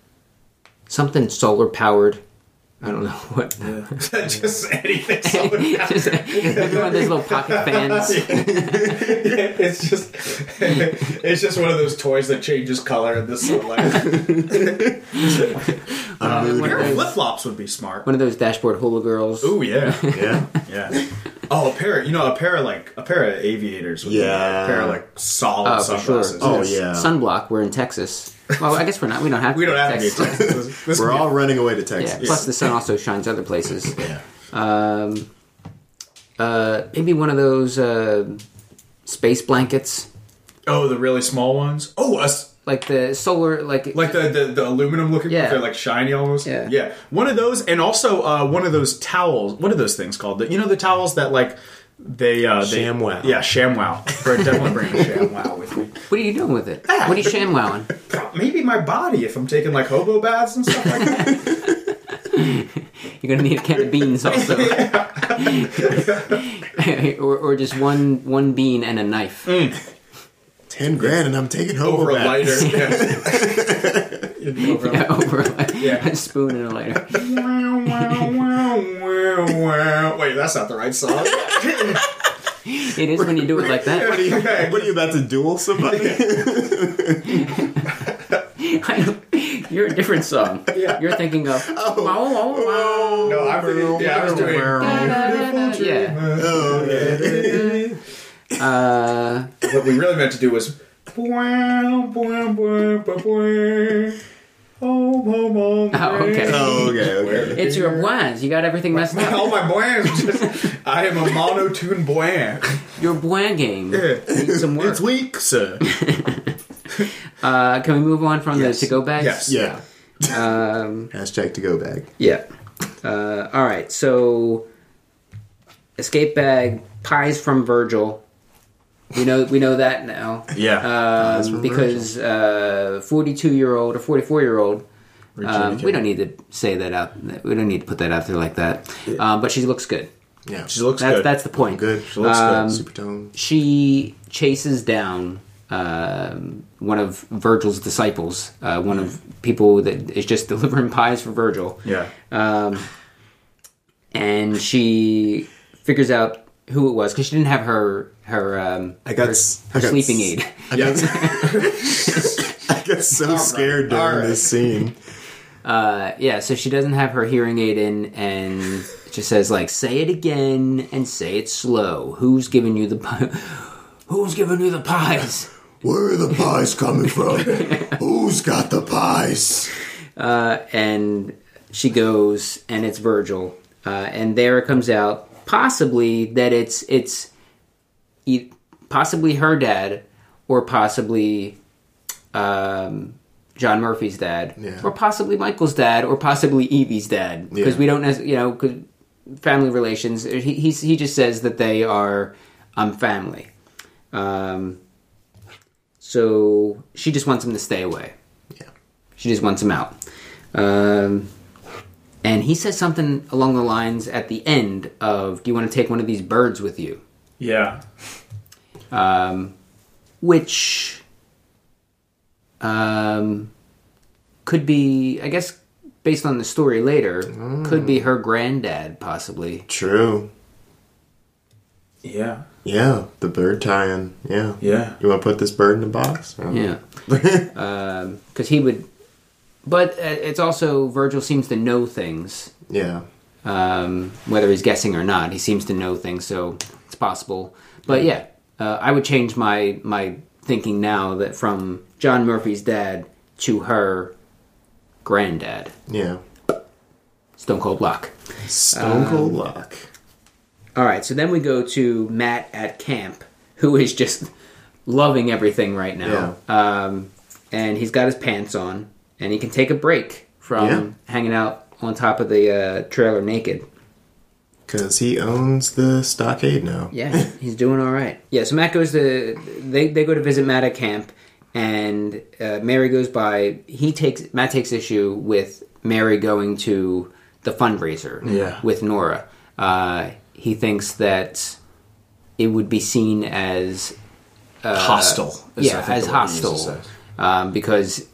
S3: something solar powered. I don't know what.
S5: just anything. someone-
S3: Just one of those little pocket fans.
S5: it's just it's just one of those toys that changes color in the sunlight.
S3: Um, one, of
S5: Flip
S3: those,
S5: flops would be smart.
S3: one of those dashboard hula girls.
S5: Ooh yeah,
S4: yeah.
S5: yeah. Oh, a pair. You know, a pair of like a pair of aviators. Would
S4: Yeah.
S5: be, a pair of like solid
S3: Oh, for sure.
S5: sunglasses.
S4: Oh yeah.
S3: Sunblock. We're in Texas. Well, I guess we're not. We don't have.
S5: We don't
S3: be in
S5: have any.
S3: Texas.
S5: This- this-
S4: We're all running away to
S3: Yeah.
S4: Texas.
S3: Plus, the sun also shines other places.
S4: Yeah.
S3: Um, uh, maybe one of those uh, space blankets,
S5: Oh, the really small ones. Oh, us.
S3: like the solar, like
S5: like the the, the aluminum looking
S3: Yeah.
S5: they're like shiny almost
S3: Yeah.
S5: yeah
S2: One of those, and also uh, one of those towels. What are those things called? The, you know the towels that like they uh, they,
S4: ShamWow.
S2: Yeah, ShamWow. For definitely bring a ShamWow.
S5: wow with me
S3: What are you doing with it? What are you shamwowing?
S5: maybe my body if i'm taking like hobo baths and stuff like that
S3: You're gonna need a can of beans also, or, or just one one bean and a knife.
S4: Ten grand, and I'm taking home
S5: over a
S4: back.
S5: lighter yeah. Over a-
S3: Yeah, over a,
S5: Yeah.
S3: a spoon and a lighter.
S5: Wow, wow, wow, wow, wow. wait that's not the right song
S3: It is when you do it like that.
S4: What are, you, what are you about to duel somebody?
S3: I know. You're a different song.
S5: Yeah.
S3: You're thinking of oh,
S5: no i'm thinking- yeah i was doing
S3: yeah.
S4: Oh,
S3: Uh,
S5: what we really meant to do was wow, wow, wow, wow, wow. Home, home, home,
S3: Oh, okay.
S5: wow.
S4: Oh, okay, okay.
S3: it's your buins. You got everything messed up.
S5: All my bland just I am a monotune bland.
S3: Your buin game needs some work.
S2: It's weak, sir.
S3: Uh, can we move on from
S5: Yes.
S3: the to-go bags?
S5: Yes.
S4: Yeah.
S3: Um,
S4: Hashtag to go bag.
S3: yeah. Uh, all right. So, escape bag pies from Virgil. We know we know that now.
S2: Yeah.
S4: That's
S3: um,
S4: from
S3: because uh, forty-two year old or forty-four year old. Um,
S2: Rejuvenated.
S3: we don't need to say that out. We don't need to put that out there like that. Um, but she looks good.
S4: Yeah,
S2: She looks
S3: That's
S2: good.
S3: that's the point.
S4: good.
S2: she looks
S3: Um,
S2: good.
S4: Super tone.
S3: She chases down um one of Virgil's disciples, uh, one of people that is just delivering pies for Virgil.
S2: Yeah.
S3: and she figures out who it was because she didn't have her her um
S4: I got
S3: her,
S4: s-
S3: her
S4: I got
S3: sleeping
S4: s-
S3: aid.
S4: I got, I got so scared during
S5: all right.
S4: this scene.
S3: Uh, yeah, so she doesn't have her hearing aid in, and she says like, "Say it again and say it slow. Who's giving you the pie? Who's giving you the pies?"
S4: Where are the pies coming from? Who's got the pies?
S3: and she goes and it's virgil uh, and there it comes out possibly that it's it's e- possibly her dad or possibly um, john murphy's dad
S4: Yeah.
S3: or possibly michael's dad or possibly evie's dad because
S4: Yeah.
S3: we don't nec- you know 'cause family relations he, he's, he just says that they are um, family um, so she just wants him to stay away
S4: Yeah.
S3: she just wants him out. Um, and he says something along the lines at the end of, "Do you want to take one of these birds with you?"
S5: Yeah.
S3: Which um, could be, I guess, based on the story later, could be her granddad possibly.
S4: True.
S5: Yeah.
S4: Yeah, the bird tie-in. Yeah.
S5: Yeah.
S4: You want to put this bird in a box? Oh. I don't know.
S3: Yeah, because Um, he would. But uh, it's also Virgil seems to know things,
S4: Yeah.
S3: um, whether he's guessing or not. He seems to know things, so it's possible. But yeah, uh, I would change my my thinking now that from John Murphy's dad to her granddad,
S4: Yeah.
S3: Stone Cold Lock.
S4: Stone Cold Lock.
S3: All right, so then we go to Matt at camp, who is just loving everything right now, um, and he's got his pants on, and he can take a break from
S4: Yeah.
S3: hanging out on top of the uh, trailer naked.
S4: Because he owns the stockade now.
S3: Yeah, he's doing all right. Yeah, so Matt goes to they they go to visit Matt at camp, and uh, Mary goes by. He takes Matt takes issue with Mary going to the fundraiser.
S2: Yeah.
S3: with Nora, uh, he thinks that it would be seen as
S2: Uh, hostile. is, I
S3: yeah
S2: think,
S3: as
S2: the word he uses
S3: hostile
S2: there.
S3: um, because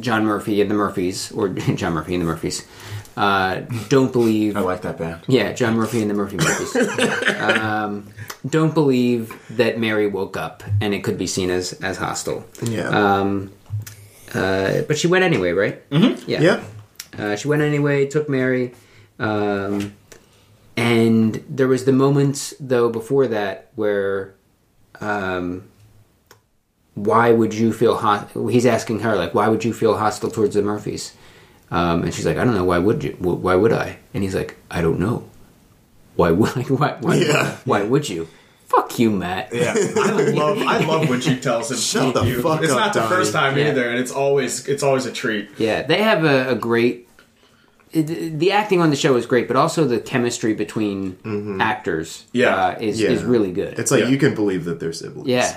S3: John Murphy and the Murphys or John Murphy and the Murphys uh, don't believe
S2: I like that band.
S3: yeah, John Murphy and the Murphy Murphys. um, don't believe that Mary woke up, and it could be seen as as hostile.
S4: Yeah.
S3: Um, uh, but she went anyway, right? Mm-hmm. Yeah.
S4: yeah.
S3: Uh, she went anyway. Took Mary, um, and there was the moment though before that where. Um, why would you feel hot? He's asking her like, why would you feel hostile towards the Murphys? Um, and she's like, I don't know. Why would you? Wh- Why would I? And he's like, I don't know. Why would? Like, why? Why,
S4: Yeah.
S3: why would you? Fuck you, Matt.
S2: Yeah.
S5: I love I love when she tells him.
S4: Shut the
S5: "Fuck you."
S4: fuck
S5: It's
S4: up,
S5: not the
S4: Donnie.
S5: first time
S3: Yeah.
S5: either, and it's always it's always a treat.
S3: Yeah, they have a, a great. it- The acting on the show is great, but also the chemistry between actors
S5: Yeah.
S3: uh, is,
S4: Mm-hmm. Yeah.
S3: is really good.
S4: It's like
S5: Yeah.
S4: you can believe that they're siblings.
S3: yeah,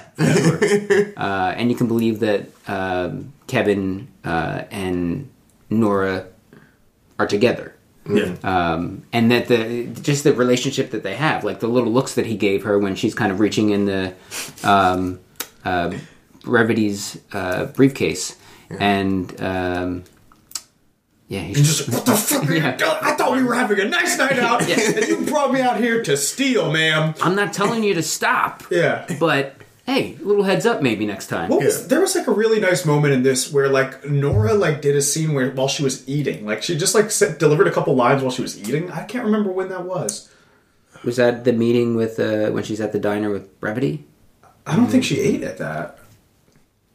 S3: uh, and you can believe that um, Kevin uh, and Nora are together,
S5: Yeah.
S3: um, and that the just the relationship that they have, like the little looks that he gave her when she's kind of reaching in the um, uh, brevity's uh, briefcase, and um, yeah, he's
S5: And just like, what the fuck are you doing? I thought we were having a nice night out, and you brought me out here to steal, ma'am.
S3: I'm not telling you to stop,
S5: Yeah.
S3: but hey, little heads up maybe next time.
S5: What was, there was like a really nice moment in this where like Nora like did a scene where while she was eating, like she just like said, delivered a couple lines while she was eating. I can't remember when that was.
S3: Was that the meeting with uh, when she's at the diner with Brevity?
S5: I don't think she ate at that.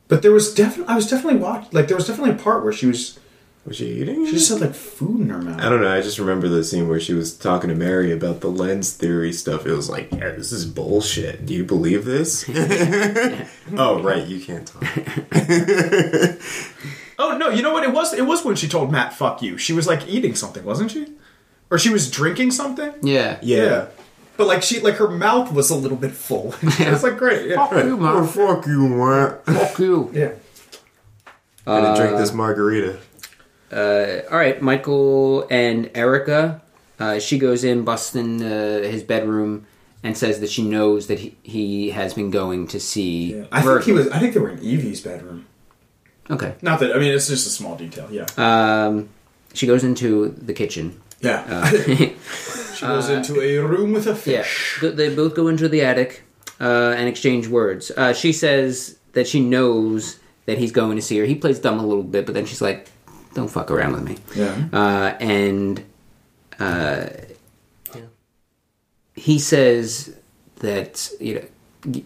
S5: But there was definitely I was definitely watching like there was definitely a part where she was
S4: Was she eating?
S5: she just had like food in her mouth.
S4: I don't know. I just remember the scene where she was talking to Mary about the lens theory stuff. It was like, yeah, this is bullshit. Do you believe this? oh, right. You can't talk.
S5: Oh no, you know what it was? It was when she told Matt "fuck you." She was like eating something, wasn't she? Or she was drinking something?
S3: Yeah.
S4: Yeah.
S2: But like she, like her mouth was a little bit full. it's like great. Yeah.
S3: Fuck you,
S4: Oh,
S3: man.
S4: fuck you, man. I'm
S3: Fuck you.
S2: yeah.
S4: gonna drink this margarita.
S3: All right, Michael and Erica. Uh, she goes in, busts in uh, his bedroom, and says that she knows that he, he has been going to see.
S2: Yeah. I think he
S3: Virgil.
S2: was. I think they were in Evie's bedroom.
S3: Okay.
S2: Not that I mean, it's just a small detail. Yeah.
S3: Um, she goes into the kitchen.
S2: yeah. she goes into a room with a
S3: uh, Yeah.
S2: fish.
S3: Th- They both go into the attic uh, and exchange words. Uh, she says that she knows that he's going to see her. He plays dumb a little bit, but then she's like, don't fuck around with me.
S2: Yeah.
S3: Uh, and uh, he says that, you know,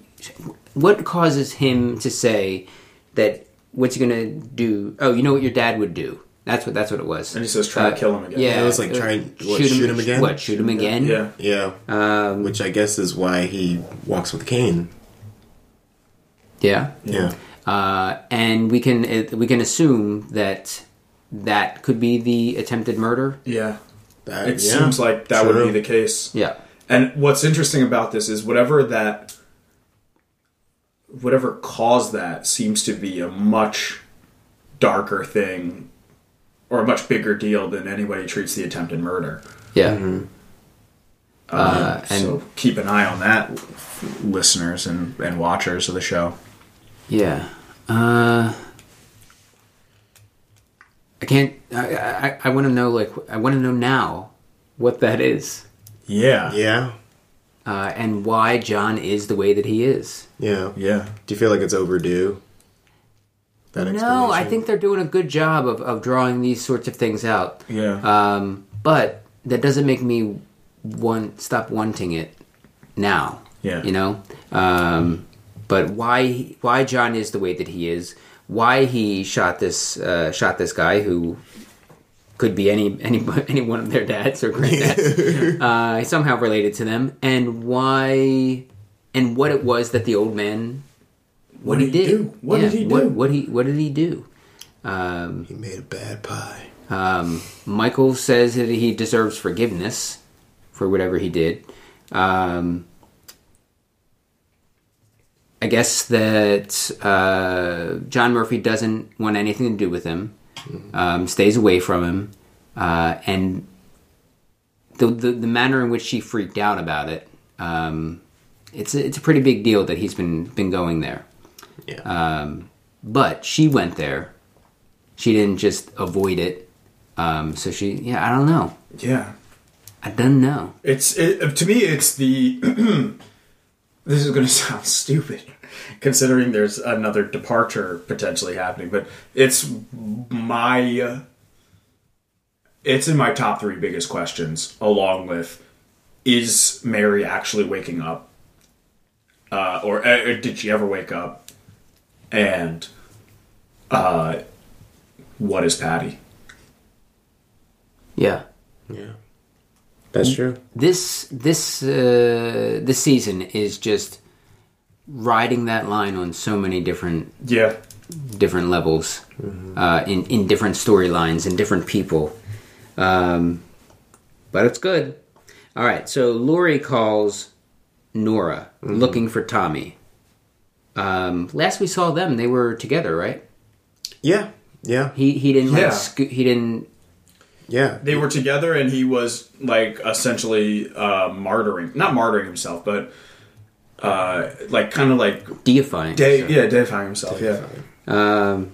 S3: what causes him to say that what's he gonna do? Oh, you know what your dad would do. That's what that's what it was.
S2: And he says, "Try to kill him again."
S3: Uh, Yeah,
S4: It was like,
S3: uh,
S4: try and- what, shoot him again?
S3: What shoot him again?
S2: Yeah.
S4: Yeah. Um, Which I guess is why he walks with a cane.
S3: yeah.
S4: Yeah.
S3: Uh, and we can uh, we can assume that that could be the attempted murder.
S2: Uh, Yeah.
S4: That-
S2: It
S4: yeah.
S2: seems like that
S4: True.
S2: would be the case.
S3: Yeah,
S2: And what's interesting about this is whatever that whatever caused that seems to be a much darker thing or a much bigger deal than anybody treats the attempted murder.
S3: yeah.
S2: Uh,
S3: and-
S2: so keep an eye on that, listeners and, and watchers of the show.
S3: Yeah. Uh, I can't. I, I, I want to know. Like, I want to know now what that is
S2: Yeah.
S4: Yeah.
S3: uh, and why John is the way that he is.
S4: Yeah.
S2: Yeah.
S4: Do you feel like it's overdue? That
S3: No, I
S4: explanation?
S3: think they're doing a good job of, of drawing these sorts of things out.
S2: Yeah.
S3: Um, but that doesn't make me want stop wanting it now.
S2: Yeah.
S3: You know. Um, but why why John is the way that he is? Why he shot this uh, shot this guy who could be any any any one of their dads or granddads uh, somehow related to them, and why and what it was that the old man what, he
S2: did he
S3: did.
S2: do? What did he do?
S3: What, what he what did he do?
S4: he made a bad pie.
S3: Um, Michael says that he deserves forgiveness for whatever he did. Um, I guess that uh, John Murphy doesn't want anything to do with him, um, stays away from him, uh, and the, the the manner in which she freaked out about it, um, it's a, it's a pretty big deal that he's been been going there. Um,
S4: Yeah.
S3: But she went there. She didn't just avoid it. Um, so she, yeah, I don't know.
S2: Yeah.
S3: I don't know.
S2: It's it, uh, to me. It's the. this is going to sound stupid, considering there's another departure potentially happening. But it's my. uh, It's in my top three biggest questions, along with, is Mary actually waking up? Uh, or uh, did she ever wake up? And, uh, what is Patty?
S3: Yeah,
S4: That's true.
S3: this this uh, this season is just riding that line on so many different
S2: Yeah,
S3: different levels, uh, in in different storylines and different people. Um, but it's good. All right, so Lori calls Nora looking for Tommy. Um, last we saw them, they were together, right?
S4: Yeah. Yeah.
S3: He he didn't
S2: Yeah.
S3: like sco- he didn't
S4: Yeah.
S2: they were together and he was like essentially uh martyring not martyring himself but uh like kind of like
S3: deify.
S2: de- yeah deifying himself
S3: Um,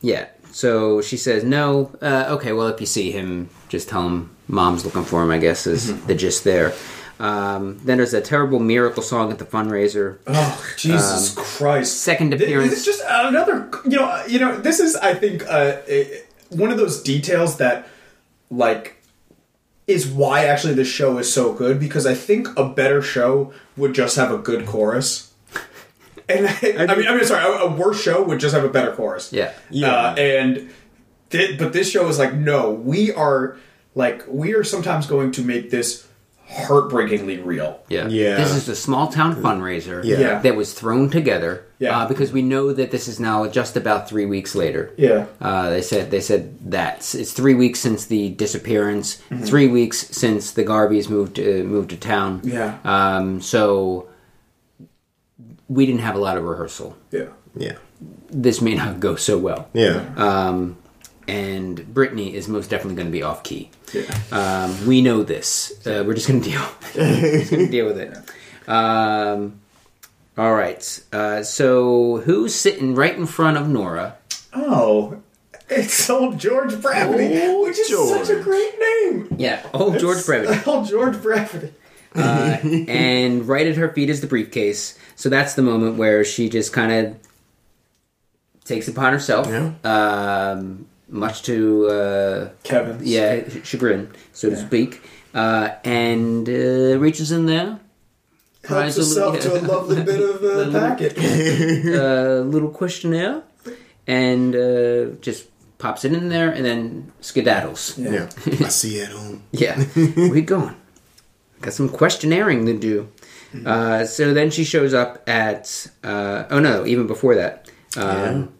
S3: yeah. So she says no. Uh, okay. Well, if you see him, just tell him mom's looking for him. I guess is
S5: Mm-hmm.
S3: the gist there. Um, then there's a terrible miracle song at the fundraiser.
S2: yeah oh jesus christ
S3: Um, second
S2: Th- this,
S3: appearance.
S2: is just another you know uh, you know this is i think uh a- one of those details that like is why actually this show is so good because i think a better show would just have a good chorus and I, I mean, I mean, sorry, a, a worse show would just have a better chorus.
S3: Yeah.
S2: Uh, and th- but this show is like, no, we are like we are sometimes going to make this
S5: heartbreakingly real.
S3: Yeah.
S4: Yeah.
S3: This is a small town fundraiser
S4: Yeah.
S5: Yeah.
S3: that was thrown together
S5: Yeah.
S3: uh, because we know that this is now just about three weeks later.
S5: Yeah.
S3: Uh, they said they said that's it's three weeks since the disappearance,
S5: Mm-hmm.
S3: three weeks since the Garveys moved to, moved to town.
S5: Yeah.
S3: Um, so we didn't have a lot of rehearsal.
S5: Yeah.
S4: yeah,
S3: This may not go so well.
S4: yeah,
S3: Um, and Brittany is most definitely going to be off key.
S5: Yeah.
S3: Um, we know this. Uh, we're just going to deal. just gonna deal with it. Um, all right. Uh, so who's sitting right in front of Nora?
S5: Oh, it's old George Brevity,
S4: Old
S5: which is such a
S4: George.
S5: great name.
S3: Yeah. Oh, George Brevity.
S5: Old George Brevity.
S3: and right at her feet is the briefcase. So that's the moment where she just kind of takes it upon herself,
S4: Yeah.
S3: um, much to uh,
S5: Kevin's.
S3: yeah ch- chagrin, so to speak, uh, and uh, reaches in there,
S5: Helps herself to a lovely bit of uh, packet.
S3: a little questionnaire and uh, just pops it in there and then skedaddles.
S4: yeah. I see you at home.
S3: Yeah, where you going? Got some questionnaire to do.
S5: Mm-hmm.
S3: Uh, so then she shows up at. Uh, oh no! Even before that, um,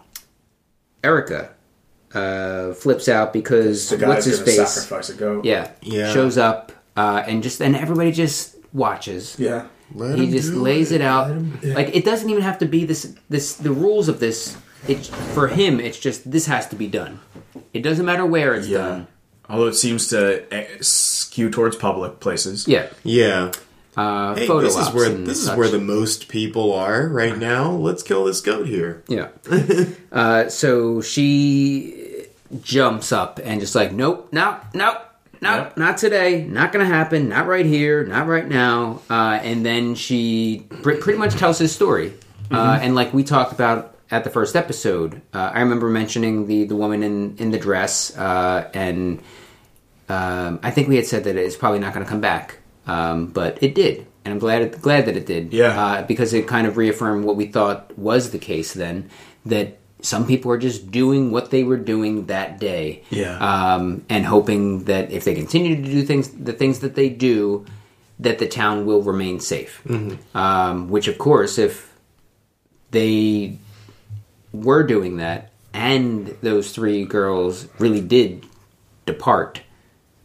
S3: Erica uh, flips out because
S5: The
S3: what's
S5: guy's
S3: his
S5: going to
S3: face?
S5: sacrifice a goat.
S3: Yeah,
S4: Yeah.
S3: Shows up uh, and just and everybody just watches.
S5: Yeah.
S4: Let
S3: he
S4: him
S3: just
S4: do
S3: lays it, out.
S4: Let him-
S3: Like it doesn't even have to be this. This the rules of this. It's for him. It's just this has to be done. It doesn't matter where it's done.
S2: Although it seems to eh, skew towards public places.
S3: Yeah.
S4: Yeah.
S3: Uh,
S4: Hey,
S3: photo
S4: this is
S3: ops
S4: where
S3: and
S4: this is
S3: such.
S4: where the most people are right now. Let's kill this goat here.
S3: yeah. uh, so she jumps up and just like, nope, no, no, no,
S2: Yep.
S3: not today, not gonna happen, not right here, not right now. Uh, and then she pr- pretty much tells his story. Uh,
S2: Mm-hmm.
S3: and like we talked about at the first episode, uh, I remember mentioning the the woman in in the dress, uh, and um, I think we had said that it's probably not going to come back, um, but it did, and I'm glad glad that it did.
S2: Yeah.
S3: uh, because it kind of reaffirmed what we thought was the case then that some people are just doing what they were doing that day.
S2: Yeah.
S3: um, and hoping that if they continue to do things, the things that they do, that the town will remain safe. Um, which, of course, if they were doing that, and those three girls really did depart,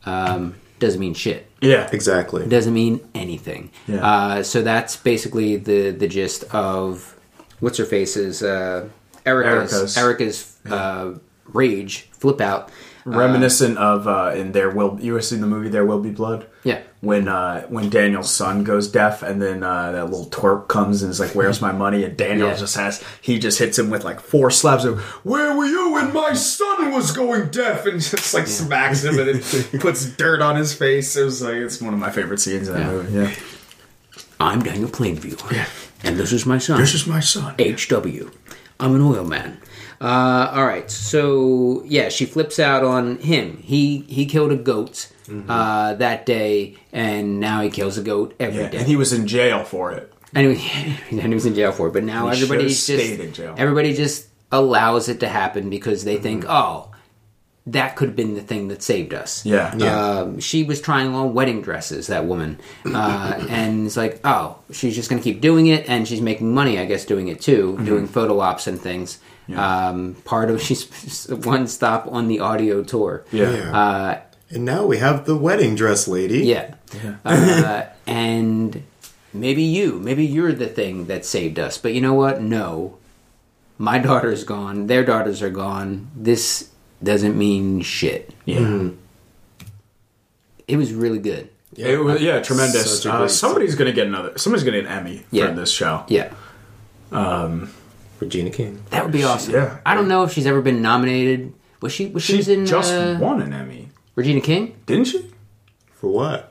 S3: um, doesn't mean shit.
S2: Yeah.
S4: Exactly.
S3: Doesn't mean anything.
S2: Yeah.
S3: Uh, so that's basically the the gist of what's her face's uh, Erica's Erica's,
S2: Erica's.
S3: uh, rage flip out.
S2: Reminiscent of uh, in there will you ever seen the movie There Will Be Blood?
S3: Yeah.
S2: When uh, when Daniel's son goes deaf and then uh, that little twerp comes and is like, "Where's my money?" and Daniel
S3: Yeah.
S2: just has he just hits him with like four slaps of, "Where were you when my son was going deaf?" and just like smacks him and then puts dirt on his face. It was like it's one of my favorite scenes in that
S3: Yeah.
S2: movie. Yeah.
S3: I'm Daniel Plainview, and this is my son.
S2: This is my son.
S3: HW. I'm an oil man. Uh, all right, so yeah, she flips out on him. He he killed a goat
S2: Mm-hmm.
S3: uh, that day, and now he kills a goat every
S2: Yeah,
S3: day.
S2: and he was in jail for it.
S3: Anyway, and he was in jail for it. But now
S2: He
S3: everybody just
S2: should've stayed in jail. Mm-hmm.
S3: everybody just allows it to happen because they think, oh, that could have been the thing that saved us.
S2: Yeah.
S4: Yeah.
S3: Um, she was trying on wedding dresses, that woman. Uh, and it's like, oh, she's just going to keep doing it, and she's making money, I guess, doing it too,
S2: Mm-hmm.
S3: doing photo ops and things. Um, part of she's one stop on the audio tour.
S2: Yeah.
S4: Yeah. and now we have the wedding dress lady.
S3: Uh, Yeah. Uh, and maybe you, maybe you're the thing that saved us. But you know what? No. My daughter's gone. Their daughters are gone. This doesn't mean shit.
S2: Yeah.
S3: Mm. It was really good.
S4: Yeah.
S2: It was, yeah, tremendous.
S4: Such a
S2: Uh,
S4: great
S2: somebody's going to get another. Somebody's going to get an Emmy
S3: Yeah.
S2: for this show.
S3: Yeah.
S4: Regina King.
S3: That would be awesome.
S2: yeah.
S3: I don't know if she's ever been nominated. Was she? Was she,
S2: She
S3: was in
S2: just
S3: uh,
S2: won an Emmy,
S3: Regina King?
S2: didn't she?
S4: For what?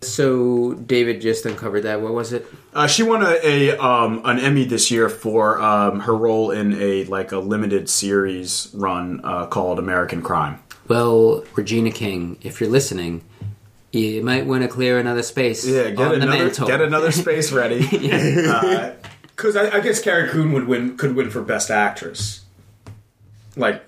S3: So David just uncovered that. What was it?
S2: Uh, she won a, a um, an Emmy this year for um, her role in a like a limited series run uh, called American Crime.
S3: Well, Regina King, if you're listening, you might want to clear another space.
S2: Yeah, get
S3: on the
S2: another
S3: mantle.
S2: get another space ready. Uh,
S5: Because I, I guess Carrie Coon would win, could win for Best Actress. Like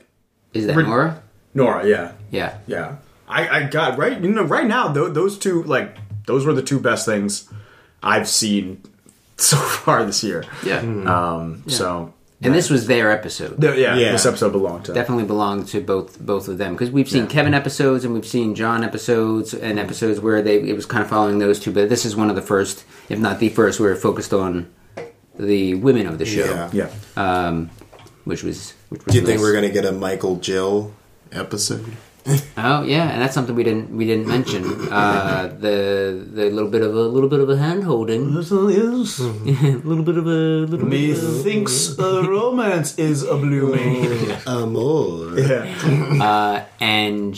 S3: Is that
S5: Re-
S3: Nora?
S5: Nora, yeah.
S3: Yeah.
S5: Yeah.
S2: I, I got right. You know, right now tho- those two like those were the two best things I've seen so far this year.
S3: Yeah.
S4: Uh,
S2: Um. So
S3: And this was their episode.
S2: th- yeah,
S4: Yeah.
S2: this episode belonged to.
S3: Definitely belonged to both both of them because we've seen Kevin episodes and we've seen John episodes and
S4: Hmm.
S3: episodes where they it was kind of following those two. But this is one of the first, if not the first, where it focused on the women of the show,
S4: Yeah.
S2: yeah.
S3: which was which was.
S4: Do you think
S3: nice.
S4: we're gonna get a Michael Jill episode?
S3: Oh yeah, and that's something we didn't we didn't mention. Uh, the the little bit of a little bit of a hand holding, a
S4: Mm-hmm.
S3: little bit of a little bit of a-
S2: Methinks a romance is a blooming.
S4: Amor.
S2: yeah.
S3: and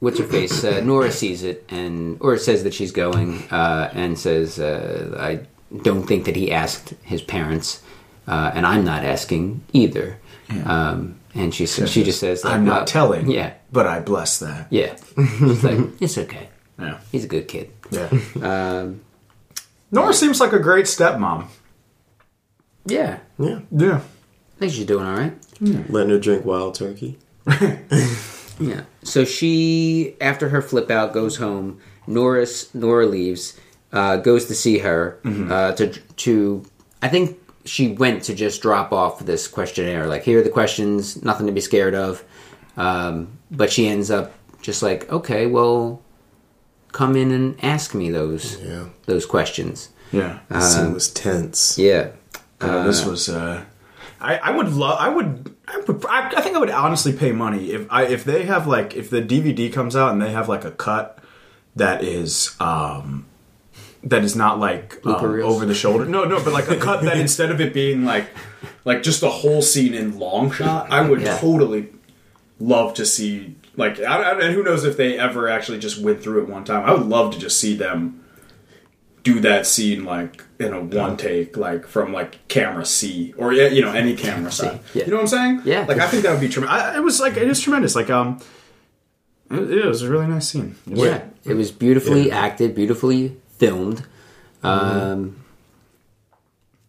S3: what's her face? Uh, Nora sees it and or says that she's going uh, and says, uh, "I don't think that he asked his parents, uh, and I'm not asking either." Um, and she says, she just says, like,
S2: I'm
S3: "Well,
S2: not telling.
S3: Yeah,
S2: But I bless that.
S3: yeah. She's like, it's okay.
S2: Yeah. Um,
S3: He's a good kid.
S2: Yeah. Nora seems like a great stepmom.
S3: Yeah,
S4: Yeah.
S2: Yeah.
S3: I think she's doing all right."
S4: Letting her drink wild turkey.
S3: Yeah. So she, after her flip out, goes home. Norris Nora leaves, uh, goes to see her uh, to to. I think she went to just drop off this questionnaire. Like, here are the questions. Nothing to be scared of. Um, but she ends up just like, okay, well, come in and ask me those
S4: Yeah.
S3: those questions.
S2: Yeah.
S4: The scene was tense.
S3: Um, Yeah.
S2: Uh, this was. Uh, I, I would love. I would. I would. I, I think I would honestly pay money if I if they have like if the DVD comes out and they have like a cut that is um that is not like um,
S3: Blooper reels?
S2: over the shoulder. No, no, but like a cut that instead of it being like
S5: like just the whole scene in long shot i would
S3: Yeah.
S5: totally love to see like I, I, and who knows if they ever actually just went through it one time i would love to just see them do that scene like in a one take like from like camera c or yeah, you know any camera side
S3: yeah.
S5: you know what i'm saying
S3: Yeah.
S5: like i think that would be tremendous
S2: I, it was like it is tremendous. Like um, it, it was a really nice scene. It was-
S3: Yeah. It was beautifully acted, beautifully filmed. Um,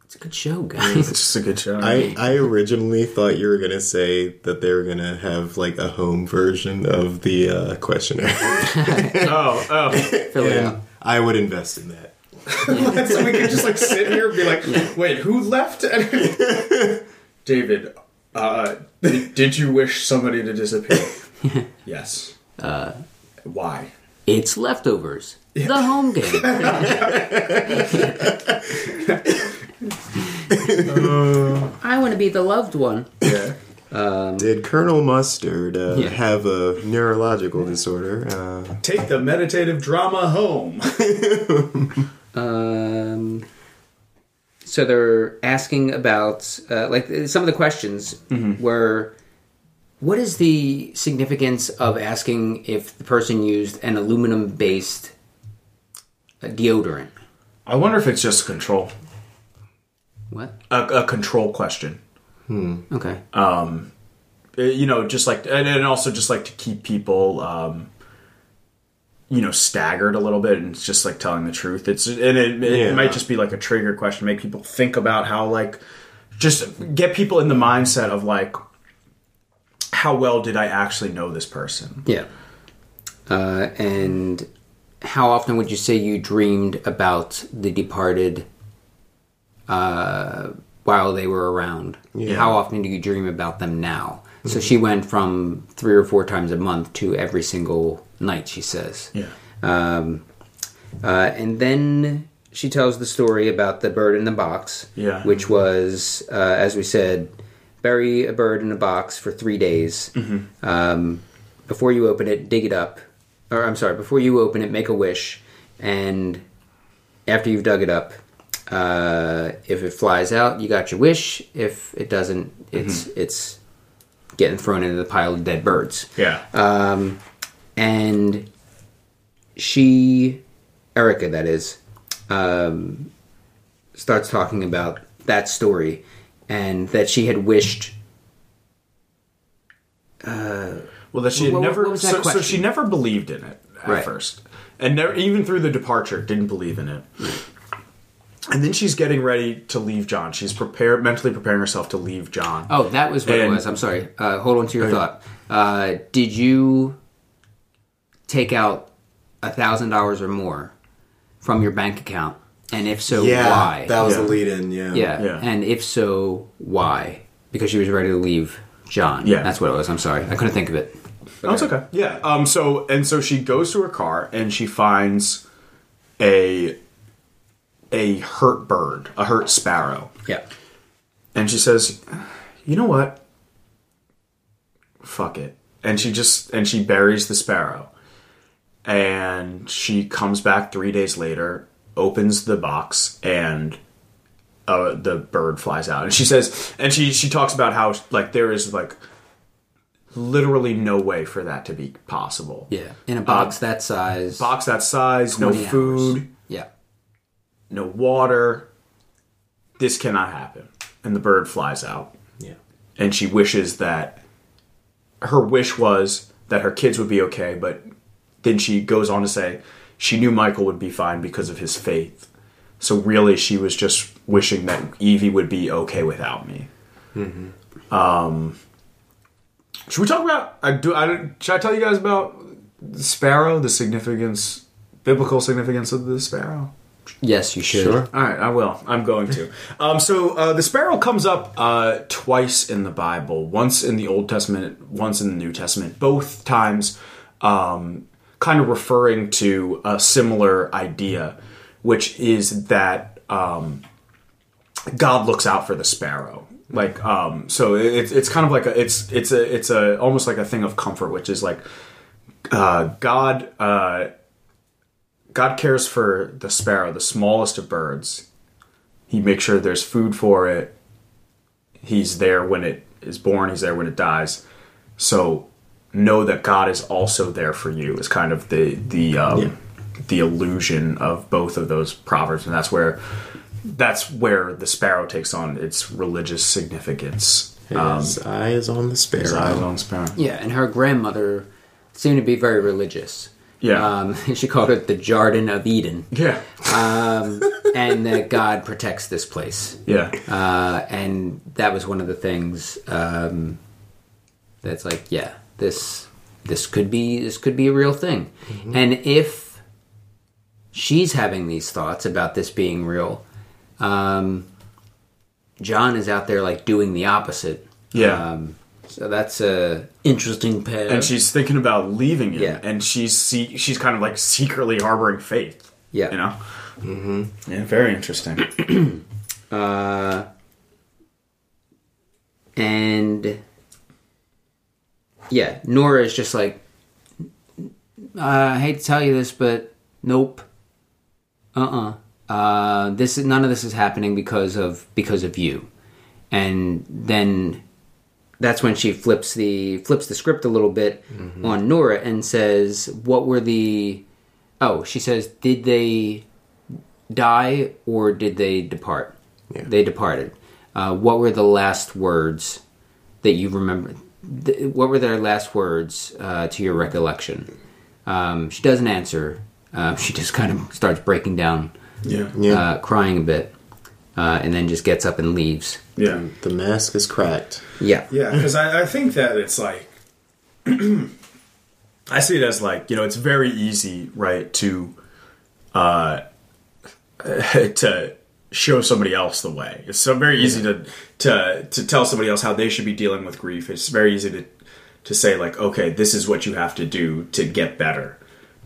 S3: it's a good show, guys.
S2: It's just a good show.
S4: I, I originally thought you were gonna say that they were gonna have like a home version of the uh, questionnaire.
S2: oh oh.
S3: Fill it out.
S4: and I would invest in that.
S5: so we could just like sit here and be like wait who left david uh did you wish somebody to disappear yes uh why
S3: It's leftovers. The home game. I want to be the loved one.
S4: Did Colonel Mustard uh,
S3: Yeah.
S4: have a neurological disorder? Uh,
S5: Take the meditative drama home.
S3: Um, so they're asking about uh, like some of the questions were, what is the significance of asking if the person used an aluminum based deodorant?
S2: I wonder if it's just control.
S3: What?
S2: A, a control question.
S3: Okay.
S2: Uh, you know, just like and, and also just like to keep people, um, you know, staggered a little bit, and it's just like telling the truth. It's and it, it
S4: Yeah.
S2: might just be like a trigger question, make people think about how like just get people in the mindset of like how well did I actually know this person?
S3: Yeah. Uh, and how often would you say you dreamed about the departed uh, while they were around? How often do you dream about them now? So she went from three or four times a month to every single night, she says.
S2: Yeah,
S3: Uh, and then she tells the story about the bird in the box,
S2: Yeah.
S3: which was, uh, as we said, bury a bird in a box for three days.
S2: Mm-hmm.
S3: Um, before you open it, dig it up. Or, I'm sorry, before you open it, make a wish. And after you've dug it up, uh, if it flies out, you got your wish. If it doesn't, it's it's getting thrown into the pile of dead birds
S2: Mm-hmm. yeah,
S3: Um, and she, Erica, that is, um, starts talking about that story and that she had wished.
S2: Well, that she had
S3: What- what-
S2: never.
S3: what was that
S2: so, so
S3: question?
S2: she never believed in it at
S3: Right.
S2: first, and never, even through the departure, didn't believe in it. And then she's getting ready to leave John. She's prepared, mentally preparing herself to leave John.
S3: Oh, that was what
S2: And-
S3: it was. I'm sorry. Uh, hold on to your thought. Uh, did you take out a thousand dollars or more from your bank account? And if so,
S4: yeah,
S3: why?
S4: that was
S2: Yeah.
S4: the lead-in. Yeah,
S3: yeah.
S2: Yeah.
S3: and if so, why? Because she was ready to leave John.
S2: Yeah.
S3: that's what it was. I'm sorry, I couldn't think of it.
S2: That's okay. Yeah. Um. So and so she goes to her car and she finds a a hurt bird, a hurt sparrow,
S3: Yeah,
S2: and she says, "You know what? Fuck it." And she just and she buries the sparrow, and she comes back three days later, opens the box, and uh, the bird flies out. And she says, and she she talks about how like there is like literally no way for that to be possible.
S3: yeah. In a box that size.
S2: box that size, no
S3: 20 hours.
S2: food,
S3: Yeah,
S2: no water. This cannot happen. And the bird flies out.
S4: yeah.
S2: And she wishes that her wish was that her kids would be okay, but then she goes on to say she knew Michael would be fine because of his faith. So really, she was just wishing that Evie would be okay without me. Um, should we talk about? I do. I don't- should I tell you guys about the sparrow? The significance, biblical significance of the sparrow.
S3: yes, you should.
S4: Sure.
S2: All right, I will. I'm going to. Um, so uh, the sparrow comes up uh, twice in the Bible, once in the Old Testament, once in the New Testament. Both times, um, kind of referring to a similar idea, which is that um, God looks out for the sparrow. Like, um, so it- it's it's kind of like a it's it's a it's a almost like a thing of comfort, which is like uh, God. Uh, God cares for the sparrow, the smallest of birds. He makes sure there's food for it. He's there when it is born, he's there when it dies. So know that God is also there for you is kind of the the um, the illusion of both of those proverbs and that's where that's where the sparrow takes on its religious significance.
S4: His
S3: Um,
S4: eye is on the sparrow.
S2: Zion sparrow.
S3: Yeah, and her grandmother seemed to be very religious.
S2: Yeah.
S3: Um, she called it the Garden of Eden,
S2: Yeah.
S3: and that God protects this place.
S2: Yeah.
S3: Uh, and that was one of the things um, that's like, yeah, this this could be this could be a real thing. And if she's having these thoughts about this being real, um, John is out there like doing the opposite.
S2: Yeah.
S3: Um, so that's a interesting pair.
S2: and she's thinking about leaving him,
S3: Yeah.
S2: and she's see, she's kind of like secretly harboring faith.
S3: Yeah.
S2: you know. Mm-hmm. Yeah, very interesting.
S3: and yeah, Nora is just like, "Uh, I hate to tell you this, but nope, uh, uh uh, this is none of this is happening because of because of you, and then that's when she flips the flips the script a little bit on Nora and says, "What were the?" Oh, she says, "Did they die or did they depart?"
S4: Yeah.
S3: They departed. Uh, what were the last words that you remember? Th- what were their last words uh, to your recollection? Um, she doesn't answer. Uh, she just kind of starts breaking down,
S2: Yeah,
S4: Yeah.
S3: uh, crying a bit, uh, and then just gets up and leaves.
S2: yeah,
S4: the mask is cracked.
S3: Yeah.
S5: Yeah, because I, I think that it's like
S2: I see it as like you know, it's very easy, right, to uh, to show somebody else the way. It's so very easy to to to tell somebody else how they should be dealing with grief. It's very easy to to say like, okay, this is what you have to do to get better.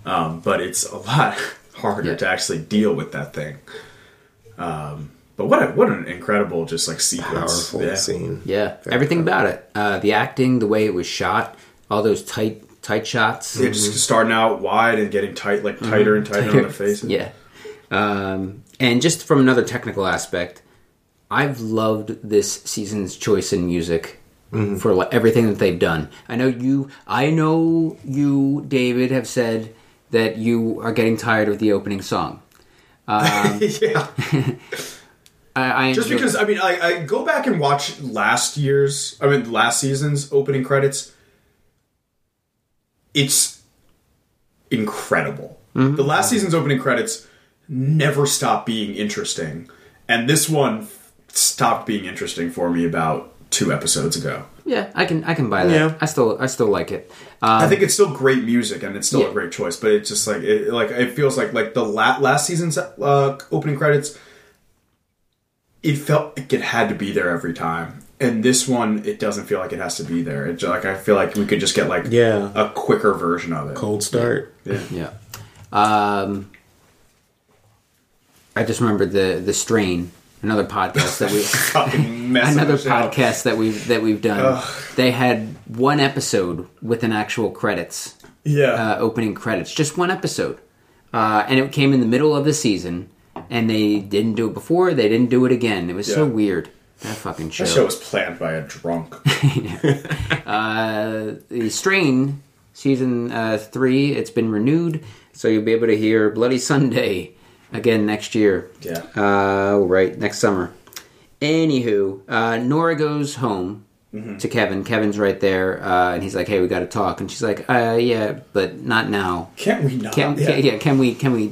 S2: Um, but it's a lot harder
S3: Yeah.
S2: to actually deal with that thing. Um, but what a, what an incredible just like sequence.
S4: Powerful
S2: Yeah.
S4: scene.
S3: Yeah, everything about it. Uh, the acting, the way it was shot, all those tight tight shots.
S2: Yeah, just starting out wide and getting tight, like tighter and tighter on the face.
S3: Yeah. Um, and just from another technical aspect, I've loved this season's choice in music
S2: Mm-hmm.
S3: for like, everything that they've done. I know you, I know you, David, have said that you are getting tired of the opening song.
S2: yeah.
S3: I, I
S2: Just
S3: enjoy-
S2: because I mean, I, I go back and watch last year's, I mean, last season's opening credits. It's incredible. The last season's opening credits never stopped being interesting, and this one f- stopped being interesting for me about two episodes ago.
S3: yeah, I can I can buy that.
S4: Yeah.
S3: I still I still like it. Um,
S2: I think it's still great music and it's still
S3: Yeah.
S2: a great choice, but it's just like it, like it feels like like the la- last season's uh, opening credits. It felt like it had to be there every time, and this one it doesn't feel like it has to be there. It's like I feel like we could just get like
S4: Yeah.
S2: a quicker version of it.
S4: Cold start.
S3: yeah. Um, I just remembered the the strain, another podcast that we
S2: Fucking mess
S3: another
S2: us up.
S3: podcast that we've that we've done. They had one episode with an actual credits
S2: Yeah,
S3: uh, opening credits, just one episode, uh, and it came in the middle of the season, and they didn't do it before. They didn't do it again. It was so
S2: Yeah.
S3: weird. That fucking show.
S2: that show was planned by a drunk.
S3: The Strain season uh, three. It's been renewed, so you'll be able to hear Bloody Sunday again next year.
S2: Yeah.
S3: Uh, right next summer. Anywho, uh, Nora goes home to Kevin. Kevin's right there, uh, and he's like, "Hey, we got to talk." And she's like, uh, "Yeah, but not now."
S2: Can't we not?
S4: Um,
S3: Can, yeah. Can, yeah, can we can we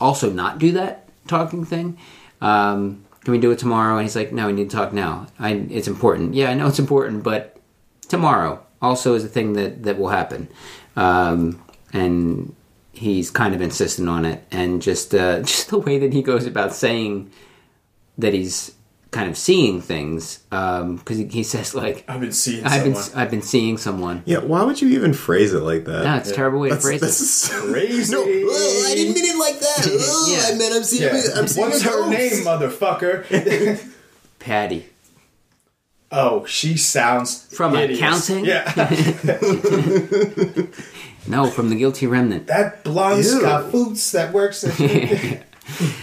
S3: also not do that talking thing? Um, can we do it tomorrow? And he's like, no, we need to talk now. I, it's important. Yeah, I know it's important, but tomorrow also is a thing that that will happen. Um, and he's kind of insistent on it, and just uh, just the way that he goes about saying that he's kind of seeing things because he, he says like.
S2: I've been seeing
S3: I've been,
S2: someone
S3: I've been seeing someone.
S4: Yeah, why would you even phrase it like that?
S3: No, it's a terrible way to
S4: That's,
S3: phrase
S4: this
S3: it.
S4: is so
S2: crazy.
S4: No, oh, I didn't mean it like that. Oh,
S3: Yeah.
S4: I meant I'm seeing.
S2: Yeah.
S4: I'm seeing
S2: What's
S4: a
S2: her
S4: ghost.
S2: name, motherfucker?
S3: Patty.
S2: oh, she sounds
S3: From
S2: hideous.
S3: accounting?
S2: Yeah,
S3: No, from the Guilty Remnant.
S2: that blonde
S4: Ew.
S2: scafoots that works.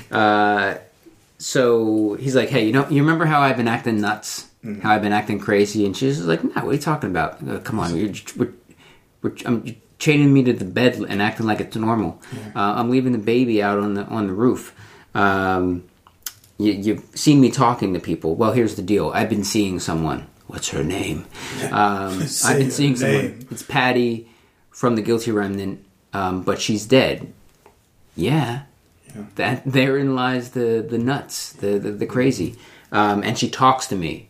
S2: At-
S3: so he's like, "Hey, you know, you remember how I've been acting nuts,
S2: Mm-hmm.
S3: how I've been acting crazy?" And she's just like, "No, what are you talking about? Uh, come on, you're, we're, we're, um, you're chaining me to the bed and acting like it's normal. Uh, I'm leaving the baby out on the on the roof. Um, you, you've seen me talking to people. Well, here's the deal: I've been seeing someone. What's her name? Um, I've been
S2: her
S3: seeing someone.
S2: name.
S3: It's Patty from the Guilty Remnant, um, but she's dead. Yeah." that therein lies the the nuts the the, the crazy um, and she talks to me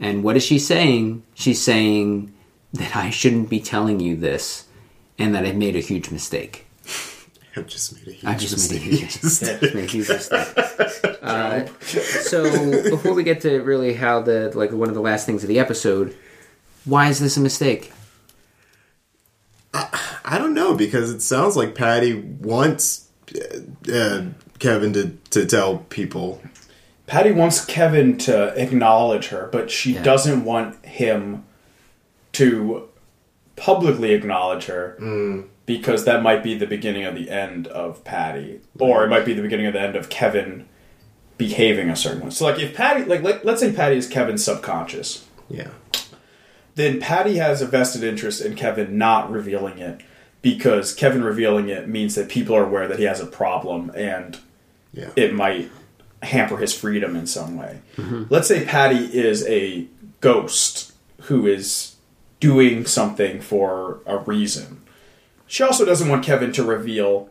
S3: and what is she saying she's saying that i shouldn't be telling you this and that i've made a huge mistake
S4: I just made a huge
S3: i just
S4: mistake.
S3: made a huge mistake, made a huge mistake. Uh, so before we get to really how the like one of the last things of the episode why is this a mistake
S4: I don't know because it sounds like Patty wants uh, uh, Kevin to to tell people.
S2: Patty wants Kevin to acknowledge her, but she doesn't want him to publicly acknowledge her because that might be the beginning of the end of Patty, or it might be the beginning of the end of Kevin behaving a certain way. So, like, if Patty, like, like let's say Patty is Kevin's subconscious,
S4: Yeah.
S2: then Patty has a vested interest in Kevin not revealing it because Kevin revealing it means that people are aware that he has a problem and
S4: Yeah.
S2: it might hamper his freedom in some way. Let's say Patty is a ghost who is doing something for a reason. She also doesn't want Kevin to reveal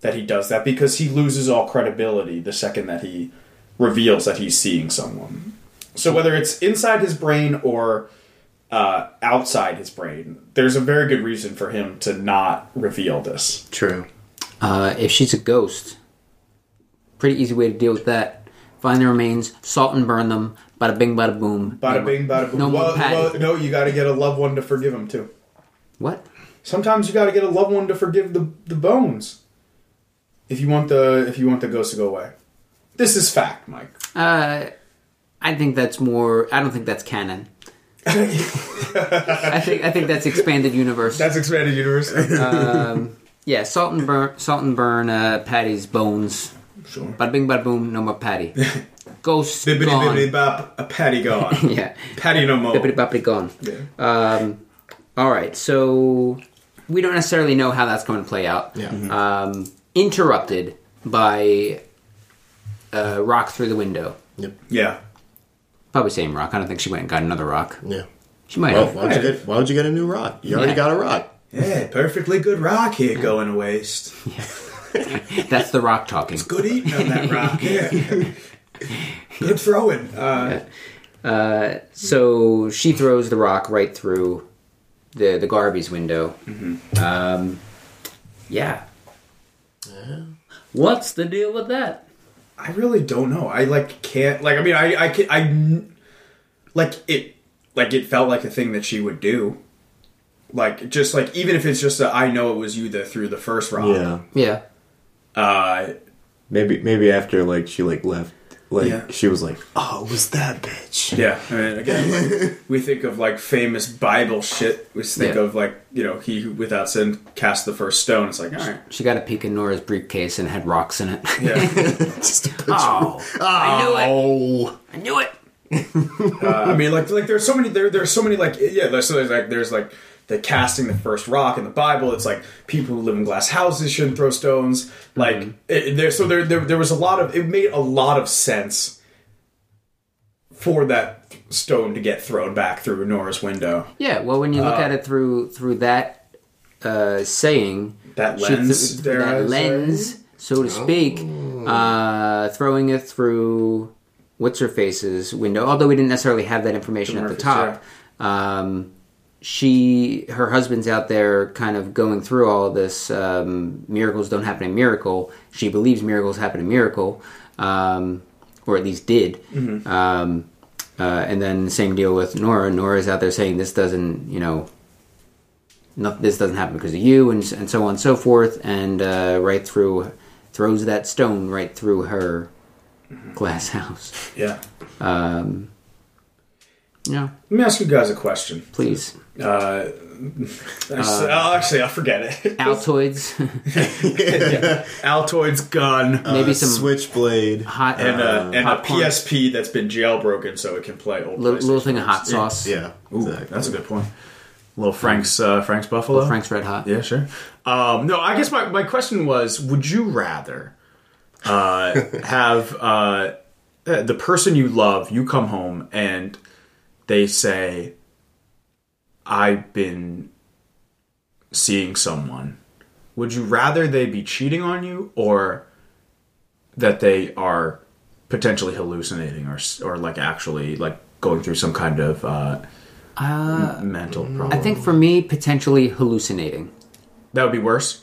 S2: that he does that because he loses all credibility the second that he reveals that he's seeing someone. So whether it's inside his brain or uh, outside his brain, there's a very good reason for him to not reveal this.
S4: True.
S3: Uh, if she's a ghost, pretty easy way to deal with that. Find the remains, salt and burn them. Bada bing, bada boom.
S2: Bada bing, bada boom.
S3: No more
S2: well,
S3: Patty.
S2: well, no, you got to get a loved one to forgive him too.
S3: What?
S2: Sometimes you got to get a loved one to forgive the the bones. If you want the if you want the ghost to go away, this is fact, Mike.
S3: Uh, I think that's more. I don't think that's canon. I think I think that's expanded universe.
S2: That's expanded universe.
S3: yeah, salt and burn, salt and burn. Uh, Patty's bones.
S2: sure.
S3: Bada bing, bada boom. No more Patty. Ghost
S2: Bibbidi bibbidi
S3: gone.
S2: bop, a patty gone.
S3: Yeah,
S2: Patty no more.
S3: bibbidi boppity gone.
S2: Yeah.
S3: Uh, Um, All right, so we don't necessarily know how that's going to play out.
S4: Yeah.
S3: um, interrupted by a rock through the window.
S4: Yep.
S2: yeah.
S3: Probably same rock. I don't think she went and got another rock.
S4: Yeah.
S3: She might
S4: Well,
S3: have.
S4: why would you get why would you get a new rod? You already
S3: Yeah.
S4: got a rod.
S2: Yeah, perfectly good rock here going to waste.
S3: That's the rock talking.
S2: Good eating on that rock. Yeah. good throwing. Uh,
S3: Uh, so she throws the rock right through the the Garvey's window. Um,
S4: Mm-hmm.
S3: yeah. What's the deal with that?
S5: I really don't know. I like can't like. I mean, I I can, I n- like it. Like it felt like a thing that she would do. Like just like even if it's just a, I know it was you that threw the first rock.
S4: Yeah.
S3: Yeah.
S5: Uh,
S4: Maybe maybe after like she like left, like
S5: Yeah.
S4: she was like, "Oh, it was that bitch?"
S5: yeah. I mean, again, like, we think of like famous Bible shit. We think
S3: Yeah.
S5: of like you know he who without sin cast the first stone. It's like all right.
S3: She got a peek in Nora's briefcase and had rocks in it.
S5: Yeah.
S4: Just a bitch.
S3: oh, I knew it.
S4: Oh.
S3: I knew it.
S5: I mean, like, like there's so many there. There's so many like yeah. There's, so there's like there's like the casting the first rock in the Bible. It's like people who live in glass houses shouldn't throw stones. Like
S3: Mm-hmm.
S5: it, there, so there, there there was a lot of it made a lot of sense for that stone to get thrown back through Nora's window.
S3: Yeah. Well, when you
S5: Uh,
S3: look at it through through that uh, saying,
S5: That
S3: she th-
S5: lens,
S3: th-
S5: dare I
S3: that
S5: say.
S3: lens, so to speak, uh, throwing it through what's her face's window. Although we didn't necessarily have that information at the
S5: Murphy's,
S3: top. Um, she, her husband's out there, kind of going through all this. Um, miracles don't happen in miracle. She believes miracles happen in miracle, um, or at least did. Um, uh, and then same deal with Nora. Nora's out there saying this doesn't, you know, no, this doesn't happen because of you, and, and so on and so forth, and uh, right through, throws that stone right through her glass house.
S5: Yeah.
S3: No,
S5: Let me ask you guys a question.
S3: please.
S5: Uh,
S3: Uh,
S5: oh, actually, I forget it.
S3: Altoids,
S2: Altoid's gun.
S3: maybe
S4: Uh,
S3: some
S4: switchblade.
S3: hot,
S5: And, uh, and a
S3: popcorn.
S5: PSP that's been jailbroken so it can play old
S3: little, little
S5: PlayStation
S3: thing of hot
S5: games.
S3: sauce.
S4: Yeah.
S2: Ooh,
S4: exactly.
S2: that's a good point. Little Frank's uh, Frank's Buffalo.
S3: Frank's Red Hot.
S2: Yeah, sure. Um, no, I guess my, my question was: Would you rather uh, have uh, the person you love? You come home and they say, "I've been seeing someone." Would you rather they be cheating on you, or that they are potentially hallucinating, or s- or like actually like going through some kind of uh, m- mental problem?
S3: Uh, I think for me, potentially hallucinating.
S2: that would be worse.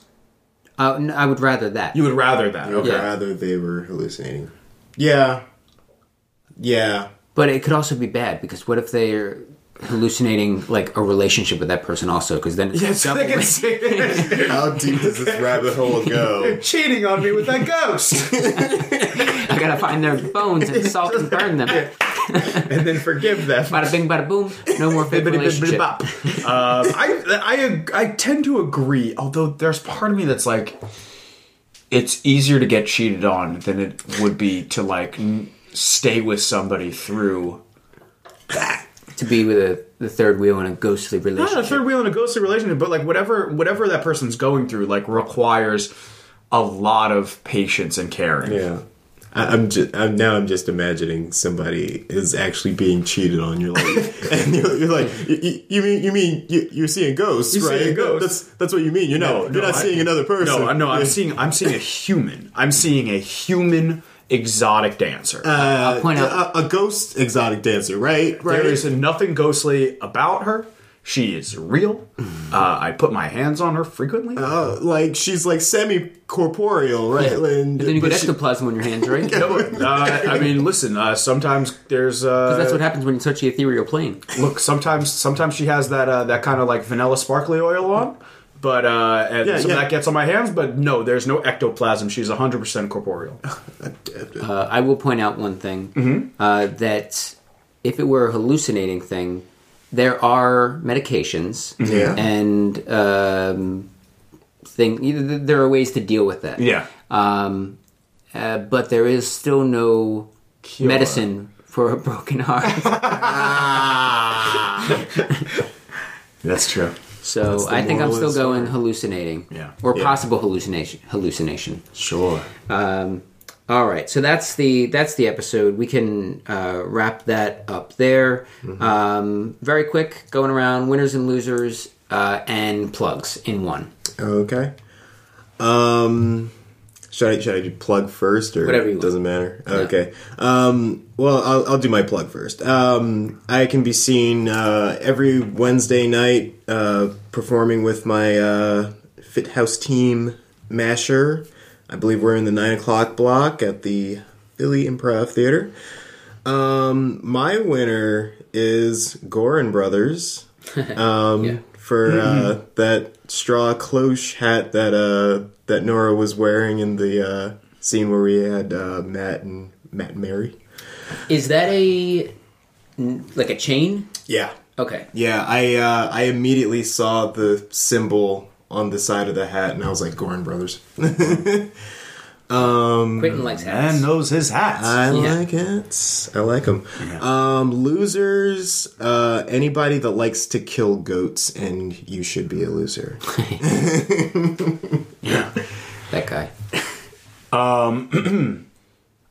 S3: Uh, n- I would rather that.
S2: You would rather that.
S4: Or
S2: Okay.
S3: Yeah.
S4: rather, they were hallucinating. Yeah. Yeah.
S3: But it could also be bad because what if they're hallucinating like a relationship with that person also? Because then it's
S2: Yes,
S3: double-
S2: they can see
S4: How deep does this rabbit hole go?
S5: Cheating on me with that ghost,
S3: I gotta find their bones and salt and burn them.
S2: and then forgive them.
S3: Bada bing, bada boom. No more fake relationship.
S2: Um, I, I I tend to agree, although there's part of me that's like, it's easier to get cheated on than it would be to like n- stay with somebody through.
S3: To be with a, the third wheel in a ghostly
S2: Not a
S3: relationship.
S2: third wheel in a ghostly relationship, but like whatever whatever that person's going through, like requires a lot of patience and caring.
S4: Yeah. I, I'm just I'm, now. I'm just imagining somebody is actually being cheated on. You're like, and you're, you're like, you, you- you mean you mean you, you're seeing ghosts,
S2: You're
S4: right?
S2: seeing ghosts.
S4: That's that's what you mean. You're
S2: No,
S4: not you're
S2: no,
S4: not
S2: I-
S4: seeing another person.
S2: No, no, I'm
S4: Yeah.
S2: seeing I'm seeing a human. I'm seeing a human exotic dancer.
S4: Uh,
S3: I'll point out.
S4: a, a ghost exotic dancer, right? Right.
S2: There is nothing ghostly about her. She is real.
S4: Hmm.
S2: Uh, I put my hands on her frequently.
S4: Uh, like she's like semi corporeal, right? And,
S3: and then you
S4: but
S3: get
S4: she-
S3: ectoplasm on your hands, right? Because
S2: No, uh, I mean, listen. Uh, sometimes there's uh,
S3: that's what happens when you touch the ethereal plane.
S2: look. Sometimes, sometimes she has that uh, that kind of like vanilla sparkly oil on, but uh, and
S4: Yeah,
S2: some of
S4: yeah.
S2: that gets on my hands. But no, there's no ectoplasm. She's 100 percent corporeal.
S3: Uh, I will point out one thing uh, that if it were a hallucinating thing, there are medications
S4: Yeah.
S3: and um, thing. There are ways to deal with that.
S2: Yeah.
S3: Um, uh, but there is still no medicine for a broken heart.
S2: That's true.
S3: so
S4: the
S3: I think I'm
S4: moral
S3: still
S4: of the
S3: going hallucinating.
S2: Yeah.
S3: Or
S4: Yeah.
S3: possible hallucination. Hallucination.
S2: Sure.
S3: All right, so that's the that's the episode. We can uh, wrap that up there. Um, very quick, going around winners and losers uh, and plugs in one.
S4: Okay. Um, Should I, should I do plug first or
S3: Whatever you want.
S4: doesn't matter? Okay. Um, well, I'll, I'll do my plug first. Um, I can be seen uh, every Wednesday night uh, performing with my uh, Fit House team, Masher. I believe we're in the nine o'clock block at the Philly Improv Theater. Um, my winner is Gorin Brothers
S3: yeah.
S4: for uh, that straw cloche hat that uh, that Nora was wearing in the uh, scene where we had uh, Matt and Matt and Mary.
S3: Is that a n- like a chain?
S4: Yeah,
S3: Okay.
S4: yeah. I uh, I immediately saw the symbol on the side of the hat, and I was like, Gorin Brothers.
S3: Quentin likes hats.
S2: And knows his hats.
S4: I
S3: Yeah.
S4: like it. I like them. Um, losers. Uh, anybody that likes to kill goats, and you should be a loser.
S3: That guy.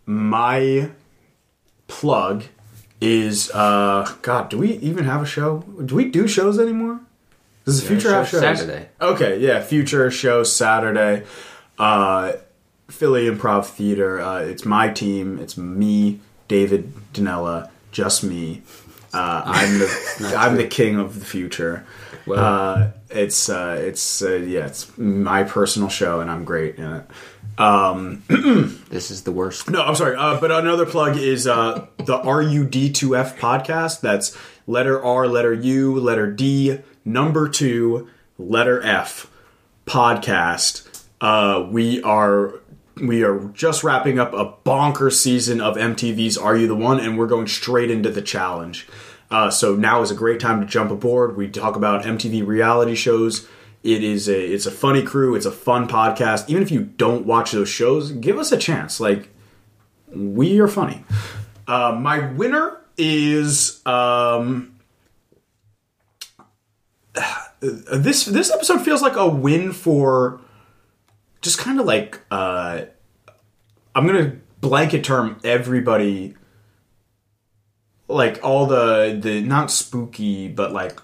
S2: My plug is uh God, do we even have a show? Do we do shows anymore? Does the future
S3: show
S2: have shows?
S3: Saturday.
S2: Okay, yeah, future show Saturday. Uh Philly Improv Theater. Uh, it's my team. It's me, David Danella, just me. Uh, I'm the I'm the king of the future.
S3: Well.
S2: uh, it's uh, it's uh, yeah, it's my personal show, and I'm great in it.
S3: This is the worst.
S2: No, I'm sorry. Uh, but another plug is uh, the RUD2F podcast. That's letter R, letter U, letter D, number two, letter F podcast. Uh, we are we are just wrapping up a bonker season of MTV's Are You the One, and we're going straight into the challenge. Uh, so now is a great time to jump aboard. We talk about MTV reality shows. It is a it's a funny crew. It's a fun podcast. Even if you don't watch those shows, give us a chance. Like we are funny. Uh, my winner is um, this. This episode feels like a win for just kind of like uh, I'm gonna blanket term everybody, like all the the not spooky but like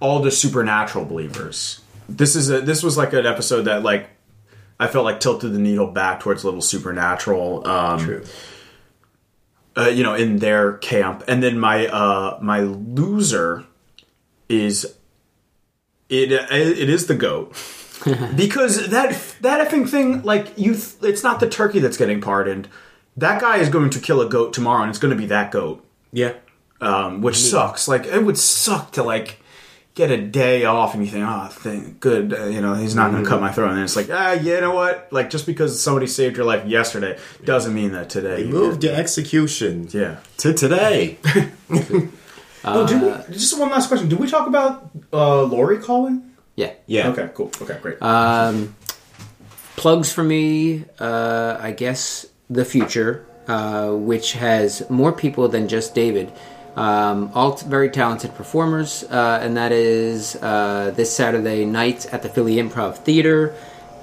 S2: all the supernatural believers. This is a this was like an episode that like I felt like tilted the needle back towards a little supernatural. Um,
S4: True.
S2: uh, you know, in their camp. And then my uh, my loser is it uh, it is the goat because that that effing thing like you th- it's not the turkey that's getting pardoned. That guy is going to kill a goat tomorrow, and it's going to be that goat,
S4: Yeah.
S2: um, which sucks. Like it would suck to like get a day off and you think, oh, thank good, uh, you know, he's not going to cut my throat. And then it's like, ah, you know what? Like just because somebody saved your life yesterday doesn't mean that today. you
S4: Move
S2: did.
S4: to execution.
S2: yeah.
S4: To today.
S5: oh, did
S2: Uh,
S5: we, just one last question. Did we talk about uh, Lori calling? Uh,
S3: Yeah.
S4: Yeah.
S5: Okay, cool. Okay, great.
S3: Um, plugs for me, uh, I guess the future, uh, which has more people than just David. Um, all t- very talented performers, uh, and that is uh, this Saturday night at the Philly Improv Theater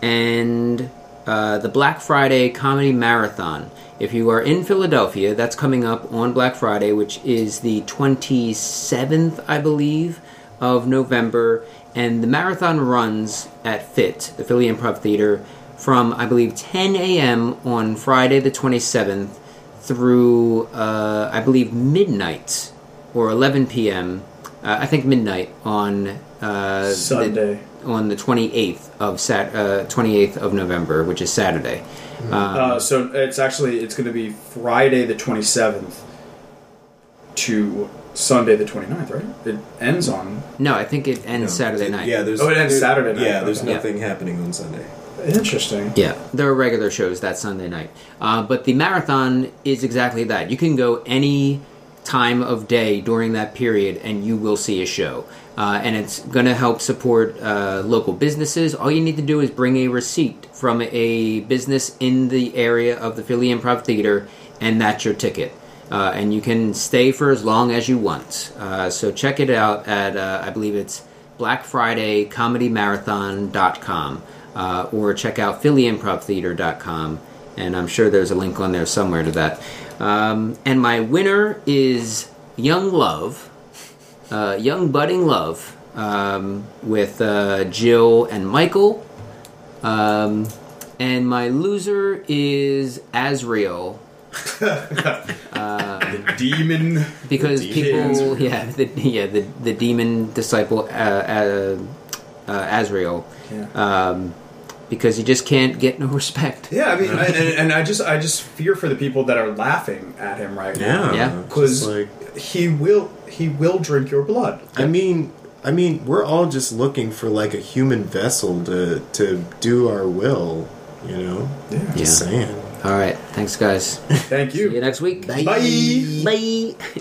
S3: and uh, the Black Friday Comedy Marathon. If you are in Philadelphia, that's coming up on Black Friday, which is the 27th, I believe, of November. And the marathon runs at FIT, the Philly Improv Theater, from, I believe, 10 a.m. on Friday the 27th through, uh, I believe, midnight or 11 p.m. Uh, I think midnight on uh, the-
S5: Sunday.
S3: on the 28th of Sat uh, 28th of November, which is Saturday.
S5: Uh, so it's actually it's going to be Friday the 27th to Sunday the 29th, right? It ends on.
S3: No, I think it ends Saturday night.
S4: Yeah, there's
S5: Oh, it ends
S4: there-
S5: Saturday night.
S4: Yeah, there's
S5: Okay.
S4: nothing happening on Sunday.
S5: Interesting.
S3: Yeah, there are regular shows that Sunday night. Uh, but the marathon is exactly that. You can go any time of day during that period and you will see a show. Uh, and it's going to help support uh, local businesses. All you need to do is bring a receipt from a business in the area of the Philly Improv Theater, and that's your ticket. Uh, and you can stay for as long as you want. Uh, so check it out at, uh, I believe it's blackfridaycomedymarathon.com uh, or check out phillyimprovtheater.com and i'm sure there's a link on there somewhere to that um, and my winner is young love uh, young budding love um, with uh, jill and michael um, and my loser is Azrael
S2: Demon.
S3: because
S2: The
S3: people,
S2: demons.
S3: yeah, the, yeah, the the demon disciple uh, uh, uh, Azrael,
S2: Yeah.
S3: um, because you just can't get no respect.
S2: Uh, Yeah, I mean, I, and, and I just, I just fear for the people that are laughing at him right now.
S3: Yeah.
S4: Yeah. Just
S2: because
S4: like
S2: he will, he will drink your blood.
S4: I mean, I mean, we're all just looking for like a human vessel to to do our will. You know.
S2: Yeah.
S4: Just
S3: Yeah.
S4: saying.
S3: All right, thanks guys.
S2: Thank
S3: See you
S2: you.
S3: next week.
S2: Bye.
S3: Bye.